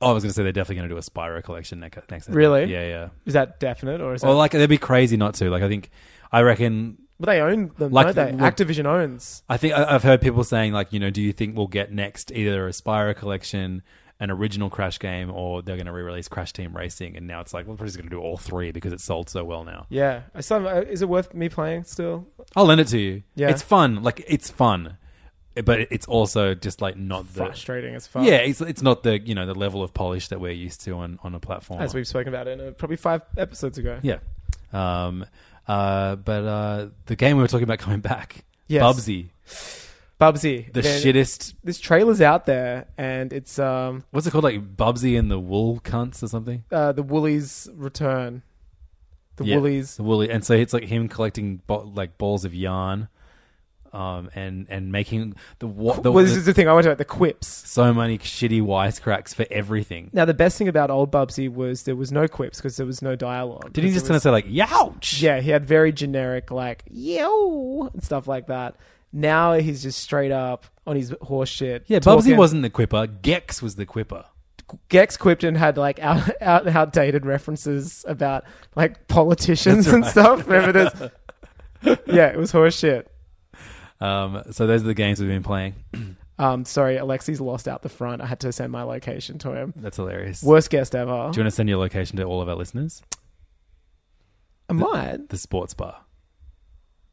Oh, I was going to say they're definitely going to do a Spyro collection next. next Really? Yeah, yeah. is that definite or is Well, that like they'd be crazy not to. Like I think, I reckon well, they own them like don't they the- look- activision owns I think I- I've heard people saying like, you know, do you think we'll get next either a Spyro collection, an original Crash game, or they're going to re-release Crash Team Racing? And now it's like, well, we're just going to do all three because it's sold so well now. yeah I still have- is it worth me playing still I'll lend it to you. Yeah. it's fun. Like it's fun, but it's also just like not the frustrating as fuck yeah. It's it's not the you know the level of polish that we're used to on on a platform. as we've spoken about it in, uh, probably five episodes ago yeah. Um. Uh. But uh, the game we were talking about coming back. Yes. Bubsy, bubsy the then- shittest. this trailer's out there and it's um What's it called? Like Bubsy and the Wool Cunts or something. uh, the woolies return the Yeah, woolies the Woolies, and so it's like him collecting bo- like balls of yarn, um, and and making the what the, well this the- is the thing i want to about the quips so many shitty wisecracks for everything. Now, the best thing about old Bubsy was there was no quips because there was no dialogue. Did he Because just it kind was- of say like "youch"? Yeah, he had very generic like yo and stuff like that. Now he's just straight up on his horse shit. yeah. talking. Bubsy wasn't the quipper. Gex was the quipper. Gex Quipton had like out, <laughs> out outdated references about like politicians That's and right. stuff. Remember this? <laughs> yeah, it was horse shit. Um, so those are the games we've been playing. Um, sorry, Alexi's lost out the front. I had to send my location to him. That's hilarious. Worst guest ever. Do you want to send your location to all of our listeners? I might. The sports bar.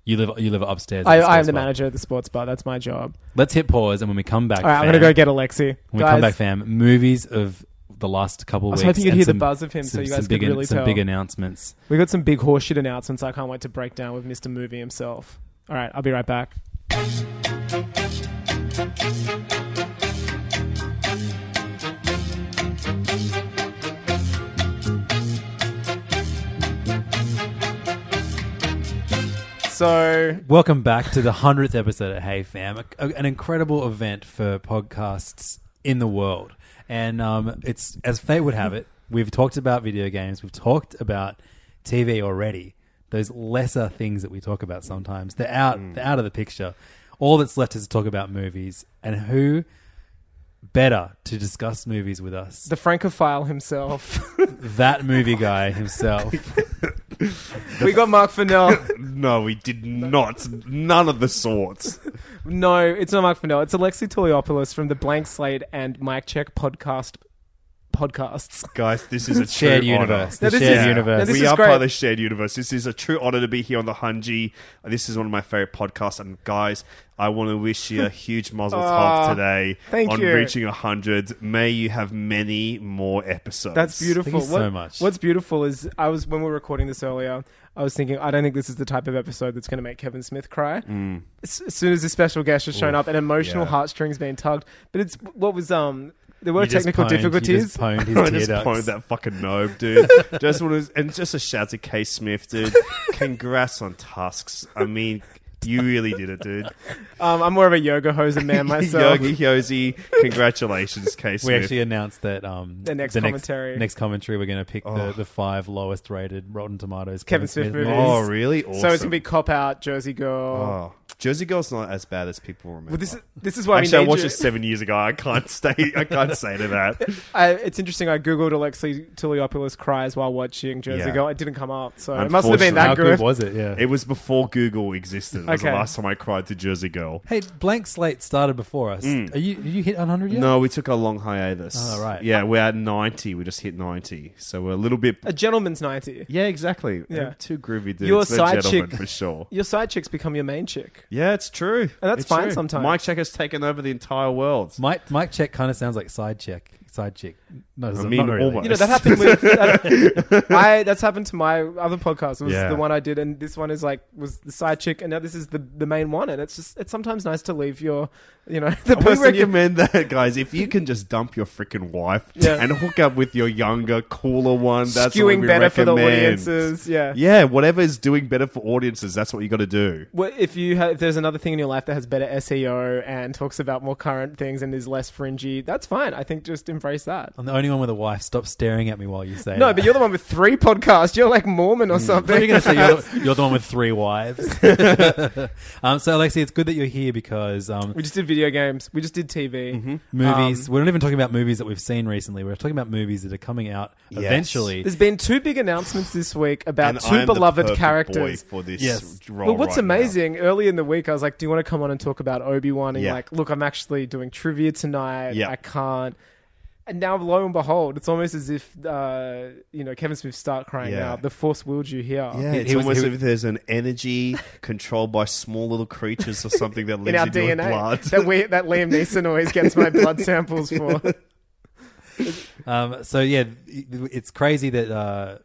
You live you live upstairs. at I, the I am sports the bar. manager of the sports bar. That's my job. Let's hit pause, and when we come back, All right, I'm fam, gonna go get Alexi. When we Guys, come back, fam, movies of the last couple I was weeks. hoping you'd and hear the some- buzz of him so some, you guys some big, could really some tell. big announcements. We got some big horseshit announcements. I can't wait to break down with Mr. Movie himself. All right, I'll be right back. So, Welcome back to the 100th episode of Hey Fam, a- a- an incredible event for podcasts in the world. And um, it's, as fate would have it, we've talked about video games, we've talked about TV already, those lesser things that we talk about sometimes. They're out, Hmm. they're out of the picture. All that's left is to talk about movies. And who better to discuss movies with us? the Francophile <laughs> himself. that movie guy <laughs> himself. we got Mark Fennell. No, we did not. None of the sorts. No, it's not Mark Fennell. It's Alexi Tuliopoulos from the Blank Slate and Mike Check podcast podcasts. Guys, this is a Shared true universe. honor. The Now, this shared is- universe. now, this we is are great. part of the shared universe. This is a true honor to be here on the Hunji. This is one of my favorite podcasts. And guys, I want to <laughs> wish you a huge muzzle Aw, top today thank on you. reaching 100. May you have many more episodes. That's beautiful. Thank you so much. What's beautiful is I was when we were recording this earlier. I was thinking I don't think this is the type of episode that's going to make Kevin Smith cry. As, as soon as the special guest has shown up, an emotional yeah. heartstrings being tugged. But it's what was um there were You just technical pwned- you difficulties. just <laughs> pwned his I tear <laughs> just ducts. pwned that fucking knob, dude. just want to, and just a shout to K <laughs> Smith, dude. Congrats on tusks. I mean, you really did it, dude. Um, I'm more of a yoga hoser <laughs> man myself. Yogi Yosi, congratulations, K We Smith. actually announced that um, The next commentary. Oh. Next, commentary, we're going to pick the, the five lowest rated Rotten Tomatoes Kevin Smith movies. oh, really? Awesome. So it's gonna be cop out, Jersey Girl, Oh. Jersey Girl's not as bad as people remember. Well, this is this is why Actually, I we need watched <laughs> you- it seven years ago. I can't stay. I can't say to that. <laughs> I, it's interesting. I googled Alexei Tuliopoulos cries while watching Jersey Yeah. Girl. It didn't come up, so it must have been How that good good. was it? Yeah. It was before Google existed. It was the Okay. last time I cried to Jersey Girl. Hey, blank slate started before us. Mm. Are you did you hit 100 yet? No, we took a long hiatus. Oh, right. Yeah, we're at 90. We just hit 90. So we're a little bit. A gentleman's ninety. Yeah, exactly. Uh, Yeah. And Two groovy dudes. Your They're side gentlemen chick- for sure. Your side chicks become your main chick. Yeah, it's true. And that's fine sometimes. Mike Check has taken over the entire world. Mike Mike check kind of sounds like side check side chick. No, it's I not mean, really. almost. You know that happened <laughs> with that, I. That's happened to my other podcast. It was Yeah. the one I did, and this one is like was the side chick, and now this is the the main one. And it's just it's sometimes nice to leave your, you know, <laughs> the we person. you- recommend that, guys. If you can just dump your freaking wife Yeah. and hook up with your younger, cooler one, that's what Skewing we better for the recommend. audiences, yeah. yeah. Whatever is doing better for audiences, that's what you got to do. Well, if you have, if there's another thing in your life that has better SEO and talks about more current things and is less fringy, that's fine. I think just embrace that. I'm the only one with a wife. Stop staring at me while you say. No, that. but you're the one with three podcasts. You're like Mormon Mm. or something. You're gonna say <laughs> <laughs> you're, the- you're the one with three wives. <laughs> um, so, Alexi, it's good that you're here because um, we just did video games. We just did TV. Mm-hmm. movies. Um, we're not even talking about movies that we've seen recently. We're talking about movies that are coming out Yes. eventually. There's been two big announcements this week about And I two am the beloved perfect characters. boy for this Yes. role But what's right now. amazing, early in the week, I was like, "Do you want to come on and talk about Obi Wan?" And you're Yeah. like, "Look, I'm actually doing trivia tonight. Yeah. I can't." And now, lo and behold, it's almost as if uh, you know Kevin Smith start crying Yeah. out, "The Force willed you here." Yeah, He- it's he was- almost he- as if there's an energy controlled by small little creatures or something that <laughs> lives In in, our your DNA, blood. that we that Liam Neeson always gets my blood samples <laughs> for. Um, so yeah, it- it's crazy that uh,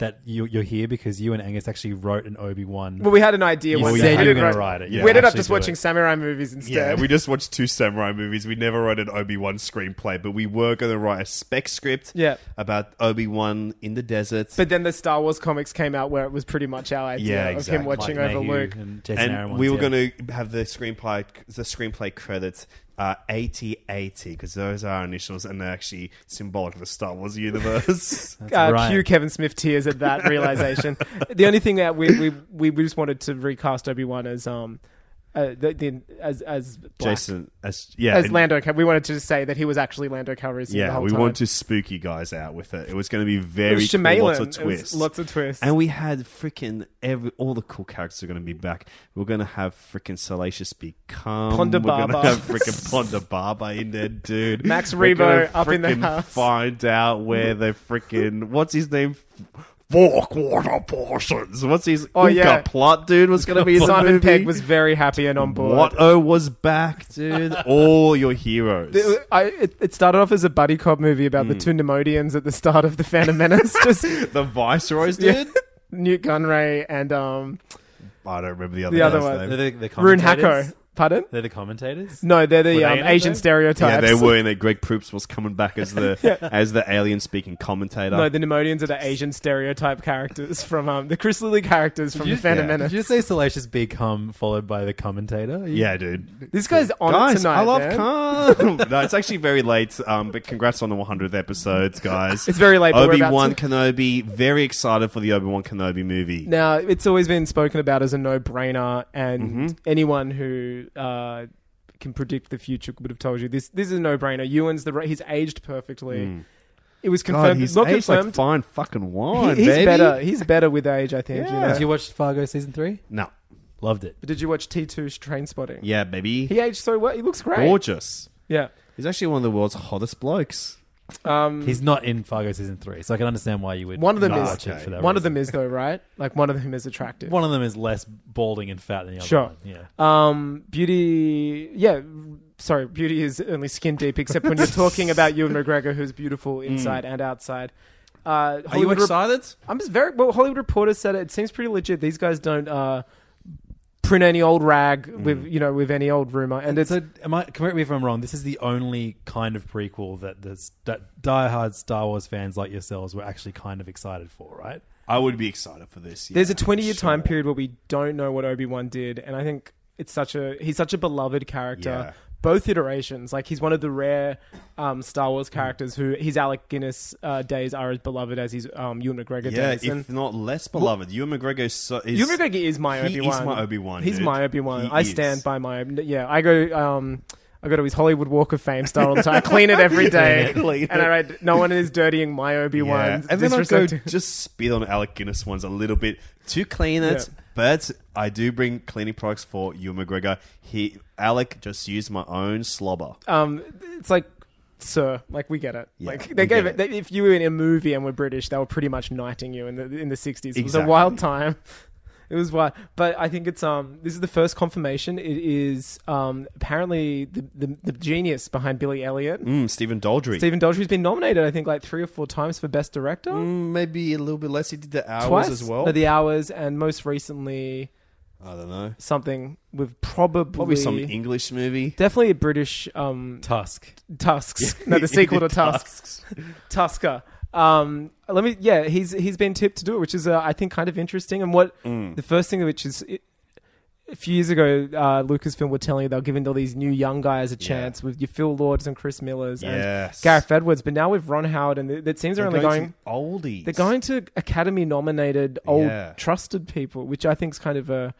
that you, you're here because you and Angus actually wrote an Obi Wan. Well, we had an idea. You one said day. you I were didn't gonna write- write it. You we didn't ended up actually just do watching it. samurai movies <laughs> yeah, instead. we just watched two samurai movies. We never wrote an Obi Wan screenplay, but we were going to write a spec script Yeah. about Obi Wan in the desert. but then the Star Wars comics came out where it was pretty much our idea Yeah, of him exactly. watching Mike over Mayhew Luke. and, Jason and Aaron we were ones, yeah. going to have the screenplay the screenplay credits uh, 8080 because those are our initials and they're actually symbolic of the Star <laughs> Wars universe. uh, right. cue Kevin Smith tears at that realization. the only thing that we we, we we just wanted to recast Obi Wan as um uh, the, the as as black. Jason, as yeah, as and- Lando. Cal- We wanted to just say that he was actually Lando Calrissian. the Yeah, whole we time. want to spook you guys out with it. It was going to be It very was cool, lots of Shyamalan. It was twists, lots of twists. and we had freaking every all the cool characters are going to be back. We're going to have freaking Salacious become Ponda We're going to Baba. have <laughs> freaking Ponda Baba in there, dude. Max We're gonna Rebo up in the freaking house. Find out where the freaking what's his name. Four quarter portions. What's his Oh, Uka yeah. plot, dude? Was going to be in the Simon movie? Pegg was very happy and on board. Watto was back, dude. All your heroes. It, I, it, it started off as a buddy cop movie about Hmm. the two Nemodians at the start of the Phantom Menace. <laughs> Just the <laughs> Viceroys, Yeah. dude. Newt Gunray and um, I don't remember the other The other guy's one. name. They're the, the Rune commentators? Hacko. Pardon? They're the commentators. No, they're Were the they in um, it, Asian though? Yeah, stereotypes. they were, and that Greg Proops was coming back as <laughs> the as the alien speaking commentator. No, the Nemodians are the Asian stereotype characters from um, the Chris Lilly characters from you- the Phantom yeah. Did Menace. you just say Salacious Big Hum followed by the commentator? You- yeah, dude. This guy's on it guys, tonight. I love man. <laughs> Khan. no, it's actually very late. Um, but congrats on the 100th episodes, guys. It's very late, but we're Obi about Wan to- Kenobi. Very excited for the Obi Wan Kenobi movie. Now, it's always been spoken about as a no-brainer, and Mm-hmm. anyone who uh, can predict the future would have told you this. This is a no-brainer. Ewan's the ra- he's aged perfectly. It was Mm. God, confirmed. he's not aged like confirmed. fine fucking wine, He- he's baby. better. He's better with age, I think. Yeah. You know? Did you watch Fargo season three? No, Loved it. But did you watch T 2s Train Spotting? yeah, baby. He aged so well. He looks great. Gorgeous. Yeah. He's actually one of the world's hottest blokes. Um, He's not in Fargo season three, so I can understand why you would. one of them not is watch it for that one of reason. them is though, right? Like one of them is attractive. One of them is less balding and fat than the other Sure. one. Yeah. Um, beauty, yeah. Sorry, beauty is only skin deep, except when you're talking about Ewan McGregor, who's beautiful inside and outside. Uh, Mm. Are you Hollywood Rep- excited? I'm just very well. Hollywood Reporter said it. It seems pretty legit. These guys don't uh, print any old rag Mm. with you know with any old rumor, and it's so, am I, correct me if I'm wrong. This is the only kind of prequel that the s- that diehard Star Wars fans like yourselves were actually kind of excited for, right? I would be excited for this. There's a yeah, 20 year sure. time period where we don't know what Obi Wan did, and I think it's such a he's such a beloved character. Yeah. both iterations. Like he's one of the rare um, Star Mm. Wars characters who his Alec Guinness uh, days are as beloved as his um, Ewan McGregor Yeah, days. And if not less beloved. Ewan McGregor so, is. Ewan McGregor is my he Obi Wan. is my Obi-Wan, He's dude. my Obi Wan. He I is. stand by my. Yeah, I go. Um, I go to his Hollywood Walk of Fame star all the time. I clean it <laughs> every day, Clean it. and I write, "No one is dirtying my Obi Yeah. Wan." And then I go just spit on Alec Guinness ones a little bit to clean it. Yeah. But I do bring cleaning products for Ewan McGregor. He Alec just used my own slobber. um, it's like, sir, like we get it. like we they get gave it. it. They, if you were in a movie and were British, they were pretty much knighting you in the in the sixties. It was a Exactly. wild time. <laughs> It was wild, but I think it's um. This is the first confirmation. It is um. Apparently, the the, the genius behind Billy Elliot, Mm, Stephen Daldry. Stephen Daldry's been nominated. I think like three or four times for best director. Mm, maybe a little bit less. He did the hours Twice as well. No, the hours, and most recently I don't know. something with probably Probably some English movie. definitely a British um Tusk. Tusks. No, <laughs> the sequel to Tusk. Tusker. Um, let me. Yeah, he's he's been tipped to do it, which is uh, I think kind of interesting. And what Mm. the first thing which is. It, a few years ago, uh, Lucasfilm were telling you they were giving all these new young guys a chance with your Phil Lords and Chris Millers Yes. and Gareth Edwards, but now with Ron Howard, and it- it seems they're, They're only going, going to oldies. they're going to Academy nominated old Yeah. trusted people, which I think is kind of a.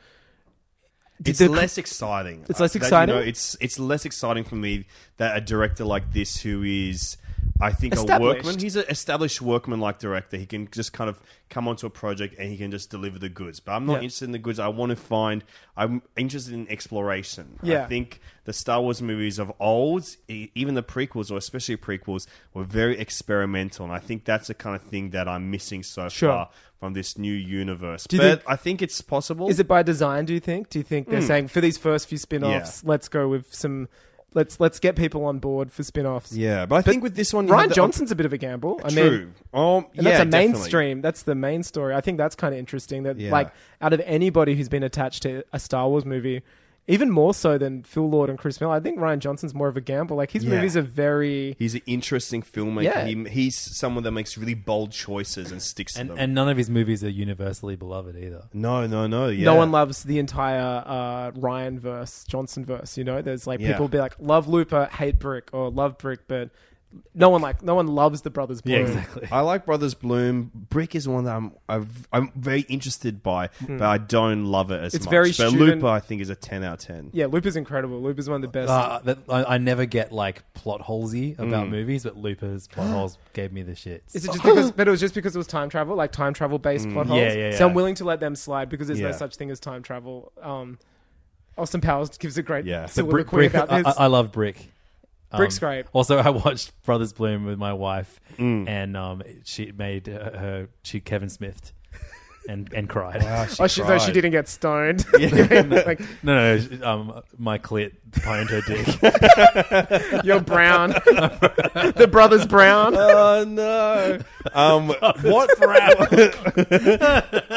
It's the- less exciting. Uh, It's less That, exciting? you know, it's it's less exciting for me that a director like this, who is, I think, a Established. workman. He's an established workman-like director. He can just kind of come onto a project and he can just deliver the goods. But I'm not Yeah. interested in the goods. I want to find. I'm interested in exploration. Yeah. I think the Star Wars movies of old, e- even the prequels or especially prequels, were very experimental, and I think that's the kind of thing that I'm missing so Sure. far from this new universe. you but think- I think it's possible. Is it by design? Do you think? Do you think Hmm. they're saying for these first few spin-offs, let's go with some, let's let's get people on board for spin-offs? Yeah, but I think with this one, you Ryan have the- Johnson's a bit of a gamble. I True. mean, um, and yeah, that's a definitely. mainstream. That's the main story. I think that's kind of interesting. That Yeah. like out of anybody who's been attached to a Star Wars movie, even more so than Phil Lord and Chris Miller, I think Ryan Johnson's more of a gamble. Like his Yeah. movies are very. He's an interesting filmmaker. Yeah. He, he's someone that makes really bold choices and sticks And to them. and none of his movies are universally beloved either. no, no, no. Yeah. No one loves the entire uh, Ryan verse, Johnson verse. You know, there's like Yeah. people be like, love Looper, hate Brick, or love Brick, but no one like no one loves the Brothers Bloom. Yeah, exactly. I like Brothers Bloom. Brick is one that I'm I've, I'm very interested by, but I don't love it as Hmm. It's much. very but student- Looper, I think, is a ten out of ten. Yeah, Looper's incredible. Looper's one of the best. Uh, that, I, I never get like plot holesy about movies, but Looper's plot holes gave me the shits. Is it just because? but it was just because it was time travel, like time travel based plot holes. Mm, Yeah, yeah, So I'm yeah. willing to let them slide because there's no Yeah. such thing as time travel. Um, Austin Powers gives a great Yeah. So Brick, soliloquy Brick- uh, um, about I, this. I- I love Brick. Brick's great. Also, I watched Brothers Bloom with my wife, and um, she made uh, her she Kevin Smith, and and cried. <laughs> oh, she, though she cried. didn't get stoned. <laughs> like no, no, she- um, my clit pwned her <laughs> dick. you're brown. <laughs> the brother's <laughs> brown. Oh no! <laughs> Um, what <laughs>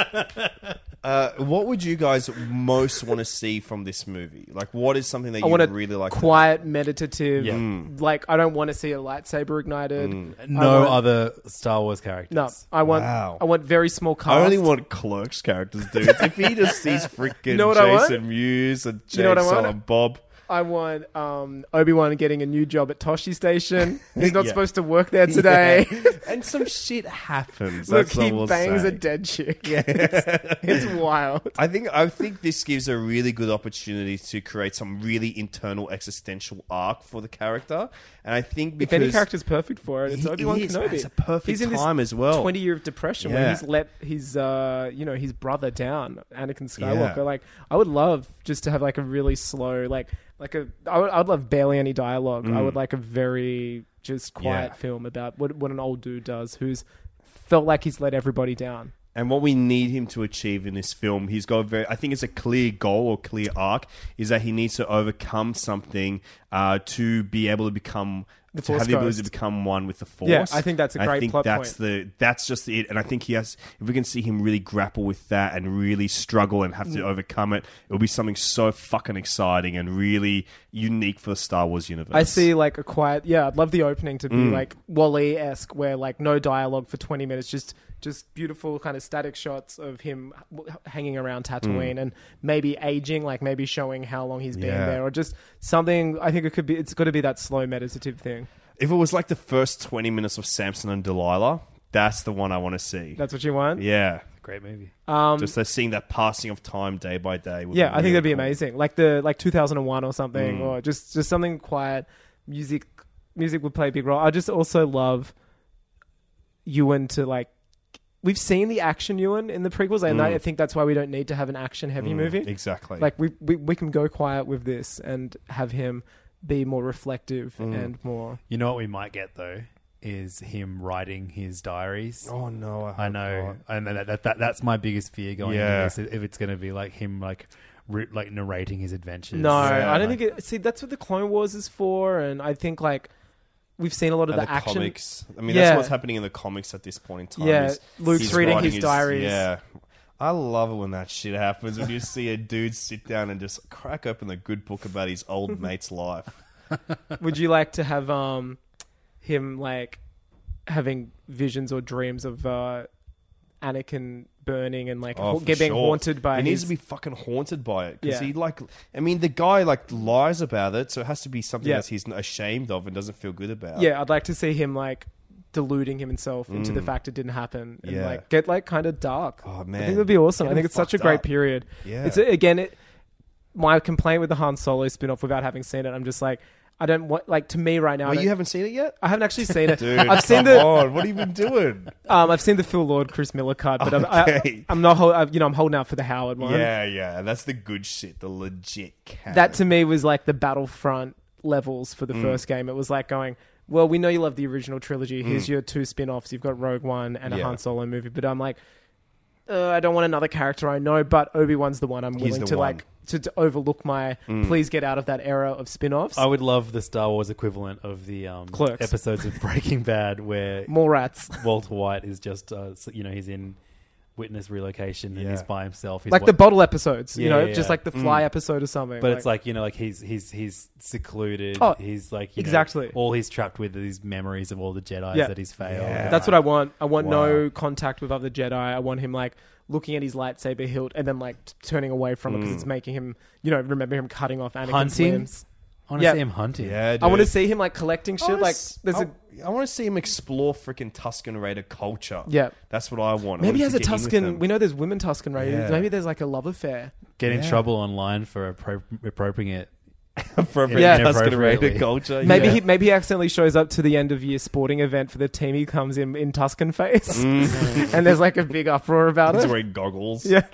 uh, what would you guys most want to see from this movie? Like, what is something that I you want a really like? to- quiet, meditative. Yeah. Mm. Like I don't want to see a lightsaber ignited. No I want- other Star Wars characters. No, I want. Wow. I want very small cast. I only want clerks characters, dude. if <laughs> he just sees freaking know what I want? Jason Mewes and Jake You know what I want? Silent Bob. I want um, Obi Wan getting a new job at Toshi <laughs> Station. He's not Yeah. supposed to work there <laughs> today. <laughs> and some shit happens. Look, that's what he we'll bangs say. a dead chick. <laughs> it's, it's wild. I think I think this gives a really good opportunity to create some really internal existential arc for the character, and I think If because any character's perfect for it, it's He Obi Wan is. Kenobi. That's a perfect he's in this time as well. Twenty year of depression Yeah. where he's let his uh, you know his brother down, Anakin Skywalker. Yeah. Like I would love just to have like a really slow like like a I would, I would love barely any dialogue. I would like a very just quiet Mm. Yeah. film about what what an old dude does who's felt like he's let everybody down. and what we need him to achieve in this film, he's got a very. I think it's a clear goal or clear arc is that he needs to overcome something uh, to be able to become the to Force have the ability to Ghost. become one with the force. Yeah, I think that's a I great think plot that's point. the that's just it, and I think he has. If we can see him really grapple with that and really struggle and Mm. have to overcome it, it'll be something so fucking exciting and really unique for the Star Wars universe. I see like a quiet. Yeah, I'd love the opening to be like Wally esque, where like no dialogue for twenty minutes, just just beautiful kind of static shots of him h- hanging around Tatooine and maybe aging, like maybe showing how long he's been Yeah. there, or just something. I think it could be. It's got to be that slow meditative thing. if it was like the first twenty minutes of Samson and Delilah. That's the one I want to see. That's what you want. yeah, Great movie. just they're seeing that passing of time day by day. would Um, Yeah, I think that'd be really cool. amazing. Like the like 2001 or something, or just just something quiet. Music music would play a big role. I just also love Ewan to like. We've seen the action Ewan in the prequels, and I think that's why we don't need to have an action heavy movie. Mm, Exactly. Like we, we we can go quiet with this and have him be more reflective and more. You know what we might get though is him writing his diaries. oh no, I, I hope know, not. and that, that, that that's my biggest fear going Yeah. into this. If it's going to be like him, like root, like narrating his adventures. No, Yeah, I don't like- think it. See, that's what the Clone Wars is for, and I think like we've seen a lot of And the, action. comics. I mean, Yeah. that's what's happening in the comics at this point in time. Yeah, is Luke's he's reading writing his diaries. Yeah, I love it when that shit happens. When you see a dude sit down and just crack open the good book about his <laughs> old mate's life. Would you like to have um him like having visions or dreams of uh Anakin burning and like Oh, ha- for getting sure. haunted by He needs his to be fucking haunted by it because Yeah. he like. I mean, the guy like lies about it, so it has to be something Yeah. that he's ashamed of and doesn't feel good about. Yeah, I'd like to see him like deluding himself into the fact it didn't happen and Mm. Yeah. like get like kind of dark. Oh, I man. think that'd be awesome. Get I him think it's such a fucked great up. period. Yeah. It's again it my complaint with the Han Solo spin-off without having seen it, I'm just like I don't want like to me right now. I Well, don't- you haven't seen it yet, I haven't actually seen it. <laughs> dude. I've seen come the on, what have you been doing? um, I've seen the Phil Lord Chris Miller card, <laughs> but I'm, Okay. I, I'm not. Hold, I, you know, I'm holding out for the Howard one. yeah, yeah, that's the good shit, the legit. Canon. That to me was like the Battlefront levels for the Mm. first game. It was like going, well, we know you love the original trilogy. Mm. Here's your two spin offs. You've got Rogue One and a Yeah. Han Solo movie. But I'm like, uh, I don't want another character I know, but Obi Wan's the one I'm willing the to one. like to, to overlook my. Please get out of that era of spin offs. Mm. I would love the Star Wars equivalent of the um, Clerks. episodes of Breaking Bad where <laughs> <laughs> More rats. Walter White is just, uh, s- you know, he's in witness relocation and Yeah. he's by himself. He's Like wa- the bottle episodes, you Yeah, know, yeah, just yeah. Mm. like the fly episode or something. But it's like you know, like he's he's he's secluded. Oh, he's like you know, exactly. all he's trapped with are these memories of all the Jedi's Yeah. that he's failed. That's what I want. I want no contact with other Jedi. I want him like looking at his lightsaber hilt and then like t- turning away from it because it's making him, you know, remember him cutting off Anakin's Hunting? limbs. I want to Yeah. see him hunting. yeah, I want to dude. see him like collecting shit. Like there's a want to see him explore freaking Tuscan Raider culture. Yeah. that's what I want. I maybe he has want to a get in with Tuscan. them. <laughs> We know there's women Tuscan Raiders. Yeah. Maybe there's like a love affair. Get in Yeah. trouble online for appro- appropriate. appropriate Yeah. Tuscan Inappropriately. Raider culture. Maybe yeah. he maybe he accidentally shows up to the end of year sporting event for the team. He comes in in Tuscan face, <laughs> and there's like a big uproar about he's it. wearing <laughs> goggles. Yeah.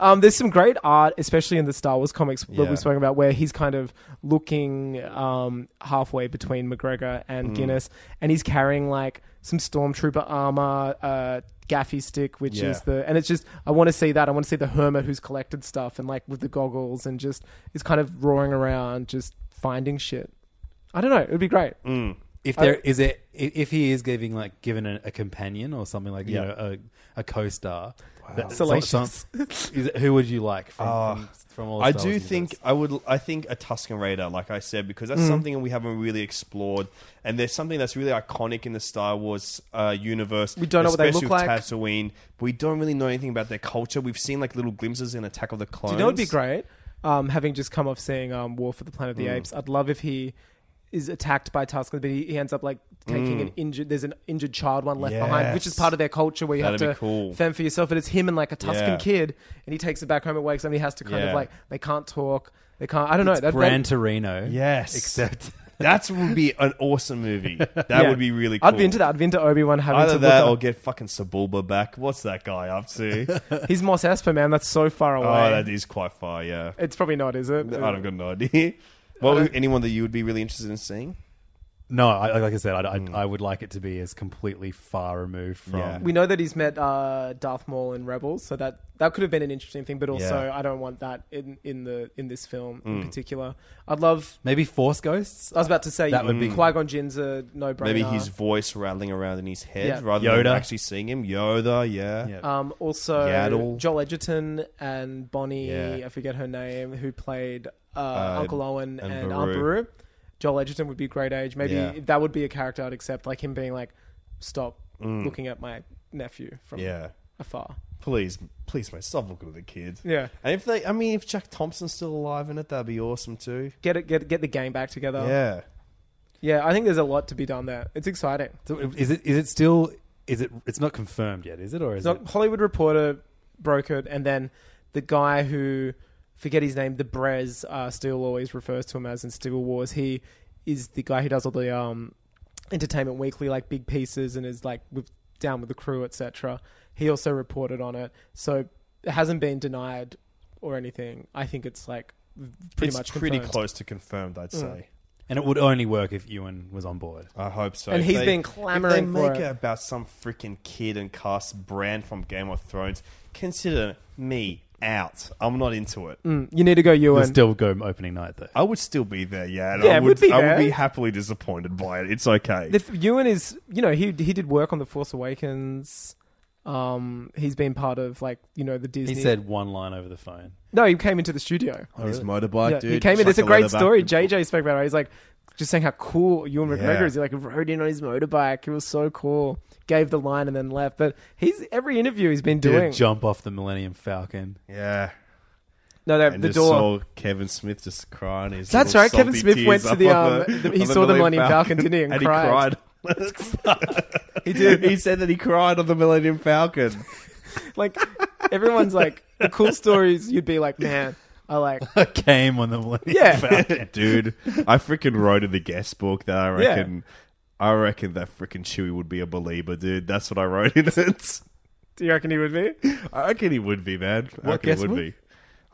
Um, there's some great art, especially in the Star Wars comics that Yeah. we've spoken about, where he's kind of looking um, halfway between McGregor and Mm. Guinness, and he's carrying like some stormtrooper armor, uh, gaffy stick, which Yeah. is the, and it's just I want to see that. I want to see the hermit who's collected stuff and like with the goggles and just is kind of roaring around, just finding shit. I don't know. It would be great. If there is it, i- if he is giving like given a, a companion or something like you know a, a co-star, that- some- Salacious. some- <laughs> is it- who would you like from from, from all? the Oh. I Star do Wars think universe? I would. I think a Tuscan Raider, like I said, because Mm. that's something we haven't really explored, and there's something that's really iconic in the Star Wars uh, universe. We don't know what they especially look with like. Tatooine, but we don't really know anything about their culture. We've seen like little glimpses in Attack of the Clones. Do you know would be great? Um, having just come off seeing um, War for the Planet of Mm. the Apes, I'd love if he is attacked by Tusken, but he, he ends up like taking an injured. There's an injured child one left behind, which is Mm. Yes. part of their culture where you That'd have be to cool. fend for yourself. And it's him and like a Tuscan Yeah. kid, and he takes it back home and wakes up. And he has to kind Yeah. of like they can't talk, they can't. I don't know. That, Gran that- Torino. Yes. except <laughs> That would be an awesome movie. That yeah. would be really. cool. I'd be into that. I'd be into Obi Wan having Either to that or look get fucking Sebulba back. What's that guy <laughs> up to? up- He's Moss Esper, man. That's so far away. oh, that is quite far, yeah. it's probably not, is it? I don't got no idea. What would, anyone that you would be really interested in seeing? No, I, I- like I said, I, I, I would like it to be as completely far removed from. Mm. Yeah. We know that he's met uh, Darth Maul in Rebels, so that that could have been an interesting thing. But also, Yeah. I don't want that in, in the in this film Mm. in particular. I'd love. Maybe Force Ghosts? I was about to say That would be- Qui Gon Jinn's a no brainer. Maybe his voice rattling around in his head Yeah. rather Yoda. than actually seeing him. Yoda, yeah. Yeah. Um, also, Yaddle. Joel Edgerton and Bonnie, Yeah. I forget her name, who played uh, Uncle Owen and and Aunt Beru. Beru. Joel Edgerton would be great age. Maybe Yeah. that would be a character I'd accept, like him being like, "Stop looking at my nephew from Mm. Yeah. afar." Please, please, mate, stop looking at the kid. Yeah. And if they, I mean, if Jack Thompson's still alive in it, that'd be awesome too. Get it, get get the gang back together. Yeah. Yeah, I think there's a lot to be done there. It's exciting. So is it is it still is it it's not confirmed yet, is it? Or is It's not Hollywood Reporter brokered, and then the guy who forget his name, the Brez, uh, Steele always refers to him as in Civil Wars. He is the guy who does all the um, Entertainment Weekly like big pieces and is like with, down with the crew, etc. He also reported on it, so it hasn't been denied or anything. I think it's like pretty it's much pretty confirmed. Mm. close to confirmed, I'd say. it? And it would only work if Ewan was on board. I hope so. And If he's they- been If they clamoring for make it. about some freaking kid and cast Brand from Game of Thrones, consider me out. I'm not into it. Mm, You need to go, We'll Ewan. still go opening night though. I would still be there, yeah. and Yeah, I it would be I there. would be happily disappointed by it. It's okay. The th- Ewan is, you know, he he did work on the Force Awakens. Um, he's been part of like you know the He Disney. said one line over the phone. no, he came into the studio. On his motorbike, yeah, dude. he came in. It's It's a like great leatherback- story. JJ spoke about it. He's like just saying how cool Ewan Yeah. McGregor is. He like rode in on his motorbike. It was so cool. Gave the line and then left. But he's every interview he's been Did a doing. jump off the Millennium Falcon. <laughs> Yeah. no, no, And the just door. saw Kevin Smith just crying. His That's little right, Kevin salty Smith went tears to the, up on um, the- on he saw the Millennium Falcon, didn't he, and cried. <laughs> he did. He said that he cried on the Millennium Falcon. <laughs> like everyone's like the cool stories. You'd be like, man, I <laughs> like. Came on the Millennium Yeah. Falcon. dude. I freaking wrote in the guest book that I Yeah. reckon. I reckon that freaking Chewie would be a believer, dude. That's what I wrote in it. Do you reckon he would be? I reckon he would be, man. I What reckon he guest would book? be.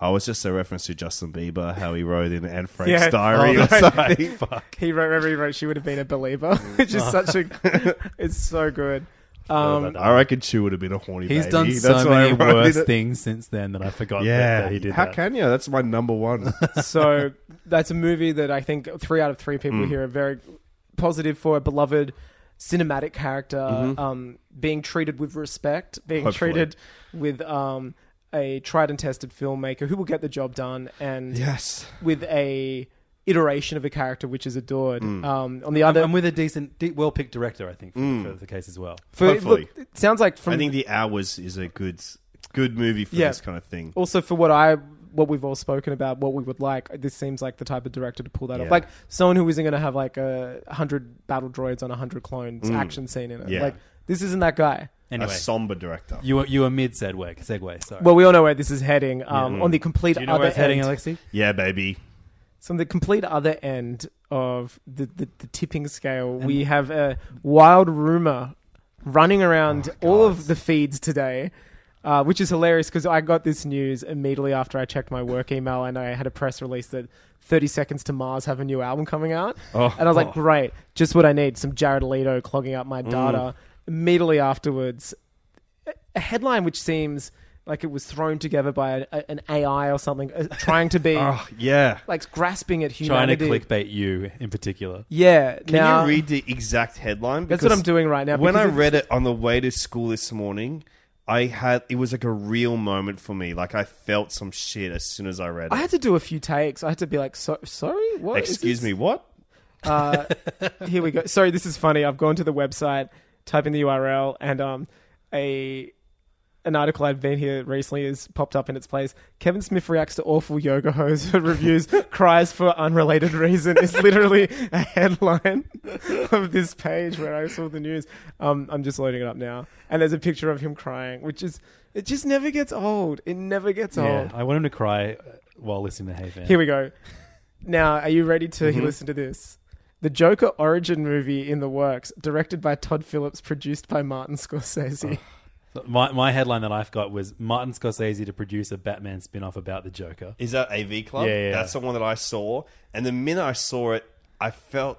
I was just a reference to Justin Bieber, how he wrote in Anne Frank's Yeah. diary Oh, or that's <laughs> something. He wrote, remember he wrote, she would have been a believer, <laughs> which is Oh. <laughs> such a, it's so good. Um, I reckon Chewie would have been a horny He's baby. done That's so what I many wrote in worse <laughs> it. things since then that I forgot Yeah, that, that he did how that. can you? That's my number one. so that's a movie that I think three out of three people Mm. here are very positive for a beloved cinematic character, Mm-hmm. um, being treated with respect, being Hopefully. treated with, um, a tried and tested filmmaker who will get the job done and yes. with a iteration of a character which is adored. Um, on the Mm. And, other, and with a decent, de- well picked director, I think, for, Mm. for the case as well. for- Hopefully. look, it sounds like from I think The Hours is a good good movie for Yeah. Oh, this kind of thing. also for what I what we've all spoken about, what we would like, this seems like the type of director to pull that off. Yeah. Like someone who isn't going to have like a hundred battle droids on a hundred clones action scene in it. Mm. Yeah. Like this isn't that guy. Anyway, A somber director. you were, you were mid segue. Segue, sorry. Well, we all know where this is heading. Um, Mm-hmm. On the complete Do you know other where it's heading, end, Alexi? yeah, baby. so on the complete other end of the the, the tipping scale, we have a wild rumor running around Oh, all of the feeds today. Uh, which is hilarious because I got this news immediately after I checked my work email and I had a press release that 30 Seconds to Mars have a new album coming out. Oh. Mm. and I was like, great, just what I need some Jared Leto clogging up my data. Immediately afterwards, a- a headline which seems like it was thrown together by a, a- an AI or something, uh, trying to be <laughs> Oh, yeah. like grasping at Trying to humanity. clickbait you in particular. Yeah. Can now, you read the exact headline? That's what I'm doing right now. When I because it- read it on the way to school this morning, I had it was like a real moment for me. Like I felt some shit as soon as I read it. I had to do a few takes. I had to be like, so, sorry, what? is Excuse this?" me, what? Here we go. Sorry, this is funny. I've gone to the website, type in the URL, and um, a an article I've been here recently has popped up in its place. Kevin Smith reacts to awful yoga hose <laughs> reviews, cries for unrelated reason. Is literally a headline <laughs> of this page where I saw the news. Um, I'm just loading it up now, and there's a picture of him crying, which is it just never gets old. It never gets Yeah, old. I want him to cry uh, while listening to Hey Fan. Here we go. Now, are you ready to Mm-hmm. listen to this? The Joker origin movie in the works, directed by Todd Phillips, produced by Martin Oh, Scorsese. My, my headline that I've got was Martin Scorsese to produce a Batman spin off about the Joker. Is that AV Club? Yeah, yeah. That's the one that I saw. And the minute I saw it, I felt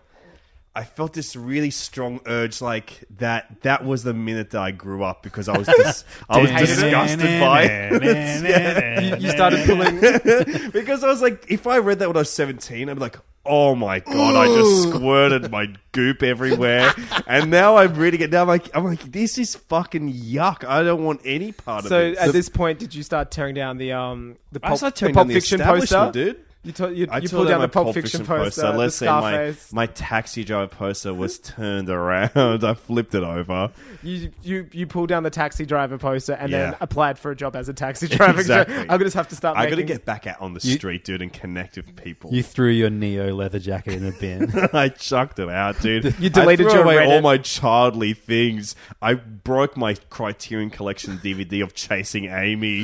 I felt this really strong urge, like that. That was the minute that I grew up <laughs> because I was dis- I was disgusted by it. You, you started <laughs> pulling. because I was like, if I read that when I was 17, I'd be like, oh my god, I just squirted my goop everywhere. and now I'm reading it now, I'm like, I'm like, this is fucking yuck. I don't want any part So of it. at this point, did you start tearing down the um the I pulp, started the tearing pulp down the fiction poster, establishment, dude. You, to, you, I you tore pulled down my the pulp, Pulp fiction poster. Let's the say my, Scarface. my taxi driver poster was turned around. <laughs> I flipped it over. You, you you pulled down the taxi driver poster and then Yeah. applied for a job as a taxi <laughs> driver. Exactly. I'm gonna just have to start. I making... gotta get back out on the street, dude, and connect with people. You threw your Neo leather jacket in a bin. <laughs> I chucked it out, dude. You deleted I threw your away Reddit. all my childly things. I broke my Criterion Collection DVD of <laughs> Chasing Amy.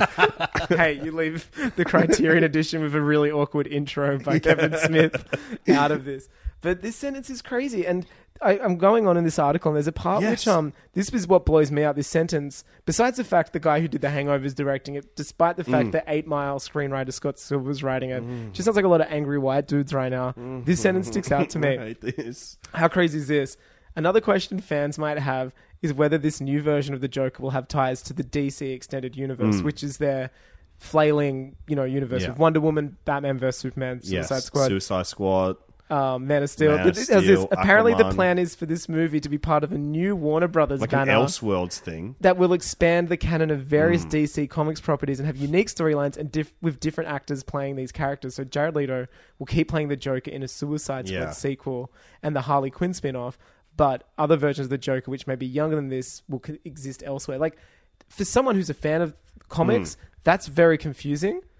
hey, you leave the Criterion edition with a really awkward intro by Kevin Smith out of this. But this sentence is crazy, and I, I'm going on in this article, and there's a part which Yes. um this is what blows me out. This sentence, besides the fact the guy who did The Hangover is directing it, despite the fact that Eight Mile screenwriter Scott Silver's writing it, just sounds like a lot of angry white dudes right now. This sentence sticks out to <laughs> me. I hate this. How crazy is this? Another question fans might have is whether this new version of the Joker will have ties to the DC extended universe, which is their flailing, you know, universe Hmm. Yeah. with Wonder Woman, Batman vs Superman, Yes, Suicide Squad, Suicide Squad. um, Man of Steel. Man of It has this- Steel, apparently, the Aquaman. plan is for this movie to be part of a new Warner Brothers Like an banner Elseworlds thing. that will expand the canon of various Hmm. DC comics properties and have unique storylines and diff- with different actors playing these characters. So Jared Leto will keep playing the Joker in a Suicide Squad Yeah. sequel and the Harley Quinn spin-off, but other versions of the Joker which may be younger than this will co- exist elsewhere. Like for someone who's a fan of comics, Hmm. that's very confusing. <laughs>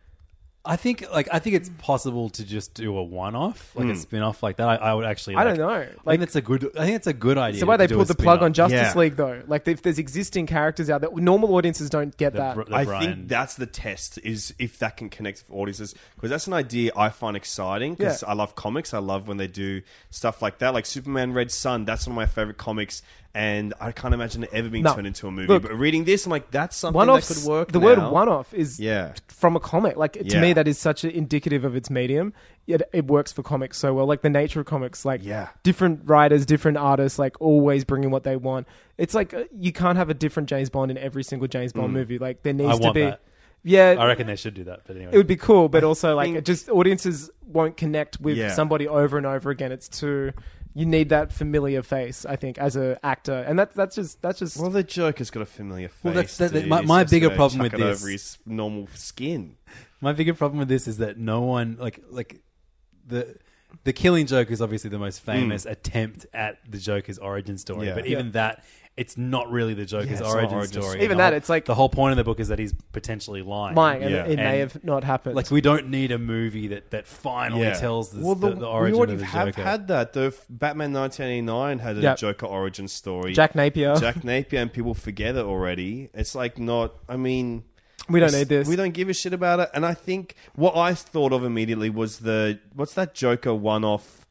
I think like I think it's possible to just do a one-off, like Hmm. a spin-off like that. I, I would actually. I Like, don't know. I Like- think it's a good. I think it's a good idea. So why to they do a pulled the plug on spin-off. Justice Yeah. League though? Like if there's existing characters out there, normal audiences don't get that. The Br- the I Brian- think that's the test is if that can connect with audiences because that's an idea I find exciting because Yeah. I love comics. I love when they do stuff like that, like Superman Red Sun. That's one of my favorite comics, and I can't imagine it ever being No. turned into a movie. Look, but reading this, I'm like, that's something that one-offs- could work. The word now. one-off is Yeah. from a comic. Like to Yeah. me, that is such a indicative of its medium. It, it works for comics so well. Like the nature of comics, like Yeah. different writers, different artists, like always bringing what they want. It's like uh, you can't have a different James Bond in every single James Bond Mm. movie. Like there needs to want be. that. Yeah, I reckon they should do that. But anyway, it would be cool, but also like think- it just audiences won't connect with Yeah. somebody over and over again. It's too. You need that familiar face, I think, as a actor, and that's that's just that's just Well, the Joker's got a familiar face. Well, that's- that- that- dude. my- He's my just bigger gonna problem chuck with it this- over his normal skin. My bigger problem with this is that no one like like the the Killing Joke is obviously the most famous attempt at the Joker's origin story, Hmm. Yeah. but even that it's not really the Joker's it's not origin, origin story. story. Even The that, whole- it's like- the whole point of the book is that he's potentially lying. lying, and Yeah. it may And- have not happened. Like we don't need a movie that that finally Yeah. tells the, Well, the, the origin we already of the have Joker. had that. The f- Batman 1989 had a Yep. Joker origin story. Jack Napier. Jack Napier, and people forget it already. It's like not. I mean, We don't it's- need this. We don't give a shit about it. And I think what I thought of immediately was the what's that Joker one-off?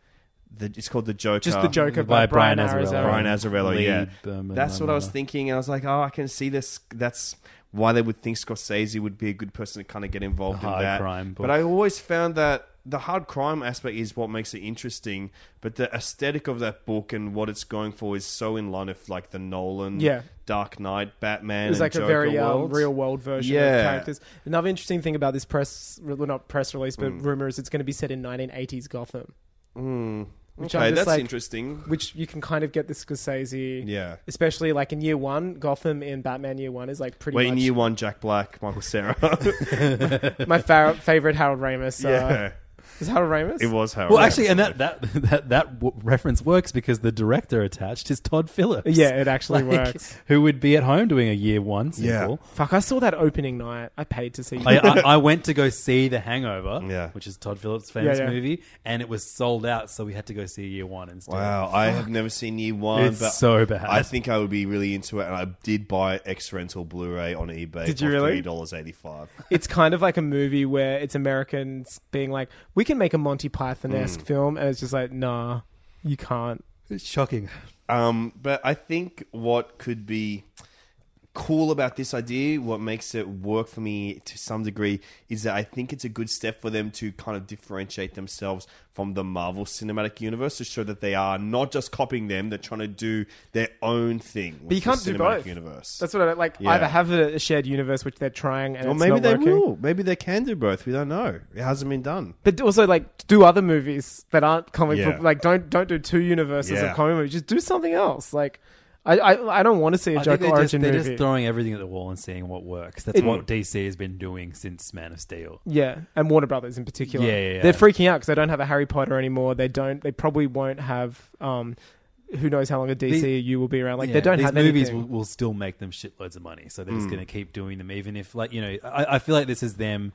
The, it's called the Joker. Just the Joker by by, Brian Brian Azzarello. Azzarello. Brian Azzarello, Lee yeah. Berman, That's what I was Lamar. thinking. And I was like, oh, I can see this. That's why they would think Scorsese would be a good person to kind of get involved Hard in that. crime book. But I always found that the hard crime aspect is what makes it interesting. But the aesthetic of that book and what it's going for is so in line with like the Nolan, Yeah. Dark Knight, Batman. It was and like a Joker very um, worlds. real world version Yeah. of characters. Another interesting thing about this press, well, not press release, Hmm. but rumor is it's going to be set in 1980s Gotham, which Okay, I'm just that's like, interesting. which you can kind of get the Scorsese, Yeah. especially like in year one, Gotham in Batman year one is like pretty Wait, in much year one, Jack Black, <laughs> Michael Sarah. my fa- favorite Harold Ramis. Uh, <laughs> yeah, is Harold Ramis? it was Harold. well, actually, and that <laughs> that that, that w- reference works because the director attached is Todd Phillips. Yeah, it <laughs> actually Like, works. <laughs> Who would be at home doing a year one sequel? Fuck, I saw that opening night. I paid to see. <laughs> I, I, I went to go see The Hangover, Yeah. which is Todd Phillips' famous Yeah, yeah. movie, and it was sold out, so we had to go see Year One instead. Wow, I have never seen year one. It's but so bad. I think I would be really into it, and I did buy X rental Blu-ray on eBay. Did you for really? Three dollars eighty-five. it's kind of like a movie where it's Americans being like, we can make a Monty Python esque Mm. film, and it's just like, nah, you can't. It's shocking. Um, but I think what could be cool about this idea, what makes it work for me to some degree, is that I think it's a good step for them to kind of differentiate themselves from the Marvel Cinematic Universe to show that they are not just copying them; they're trying to do their own thing. With But you can't the do cinematic both. Universe. That's what I like. Yeah. Either have a, a shared universe, which they're trying, and well, it's maybe not they working. will. Maybe they can do both. We don't know. It hasn't been done. But also, like, do other movies that aren't comic Yeah. book. Like, don't don't do two universes Yeah. of comic movies. Just do something else. Like, I I, I don't want to see a I think Joker they're, just, origin they're movie. just throwing everything at the wall and seeing what works. That's what DC has been doing since Man of Steel. yeah, and Warner Brothers in particular. Yeah, yeah, yeah. They're freaking out because they don't have a Harry Potter anymore. They don't. They probably won't have. Um, who knows how long a These- DCU will be around? Like, Yeah, they don't these have movies anything. will, will still make them shitloads of money, so Hmm. they're just going to keep doing them, even if like you know, I, I feel like this is them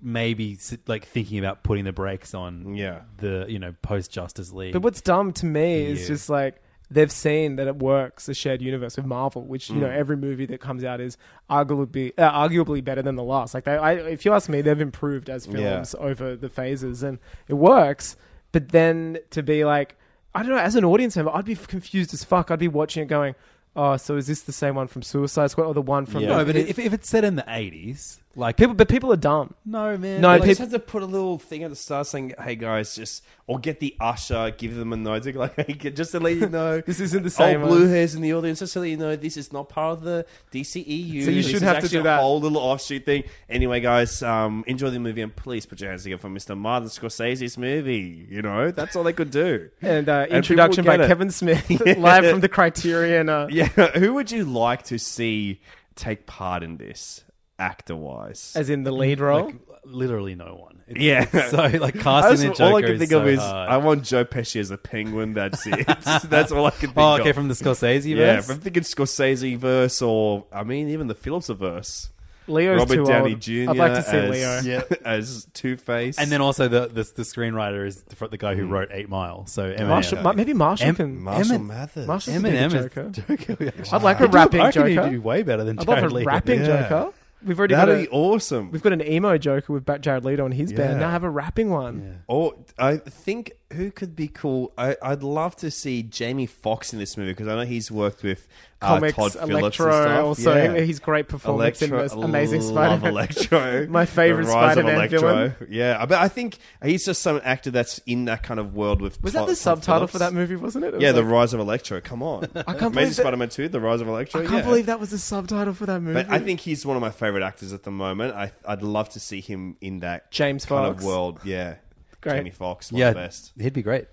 maybe s- like thinking about putting the brakes on Yeah. the you know post Justice League. But what's dumb to me Yeah. is just like they've seen that it works a shared universe with Marvel, which you know Mm. every movie that comes out is arguably uh, arguably better than the last. Like they, I, if you ask me, they've improved as films over the phases, and it works. But then to be like, I don't know, as an audience member, I'd be confused as fuck. I'd be watching it going. Oh, so is this the same one from Suicide Squad or the one from? no, but if, if it's set in the eighties, like people, but people are dumb. no man, No, like, They peop- just have to put a little thing at the start saying, "Hey guys, just or get the usher, give them a note, <laughs> like hey, just to let you know <laughs> This isn't the same Old blue one." hairs in the audience, just to let you know this is not part of the DCEU. So you This shouldn't is have to actually do that. A whole little offshoot thing. Anyway, guys, um, enjoy the movie and please put your hands together for Mr. Martin Scorsese's movie. You know, that's all they could do. And uh, people introduction by get it. Kevin Smith, <laughs> live <laughs> from the Criterion. Uh, Yeah, <laughs> who would you like to see take part in this, actor wise? As in the lead role, literally no one. It's- Yeah. it's <laughs> so like I casting the just- Joker all I can is think so of is hard. I want Joe Pesci as a penguin. <laughs> That's it. <laughs> <laughs> that's all I can think oh okay of. from the Scorsese yeah, verse. if I'm thinking Scorsese verse, or I mean even the Phillips verse. Leo's Robert too Downey old. Jr. I'd like to see Leo. as, <laughs> as Two Face, and then also the, the the screenwriter is the, the guy who wrote Eight Mile. So Eminem. Marshall, Ma- maybe Marshall Em- can. Marshall Emin- Mathers. Marshall can Eminem be the is Joker. <laughs> Joker. I'd like a I do- rapping I reckon Joker. He'd do way better than I'd Jared love a Leto. rapping Yeah. Joker. We've already got that'd a, be awesome. we've got an emo Joker with Ba- Jared Leto and his Yeah. band. Now have a rapping one. Or Oh, I think who could be cool? I, I'd love to see Jamie Fox in this movie because I know he's worked with uh, Comics, Todd Phillips Electro. and stuff. Also, Yeah. his great performance Electro- in this Amazing I Spider-Man. Love Electro. <laughs> My favorite The rise of Spider-Man villain. Yeah, but I think he's just some actor that's in that kind of world with. Was that Todd- the Todd subtitle for Phillips. that movie? Wasn't it? It Yeah, was the like- rise of Electro. <laughs> Come on, I can't believe Amazing that- Spider-Man Two, the rise of Electro. I can't yeah. believe that was the subtitle for that movie. But I think he's one of my favorite actors at the moment. I, I'd love to see him in that James kind Fox. of world. Yeah, Great. Jamie Fox, one Yeah, of the best. he'd be great.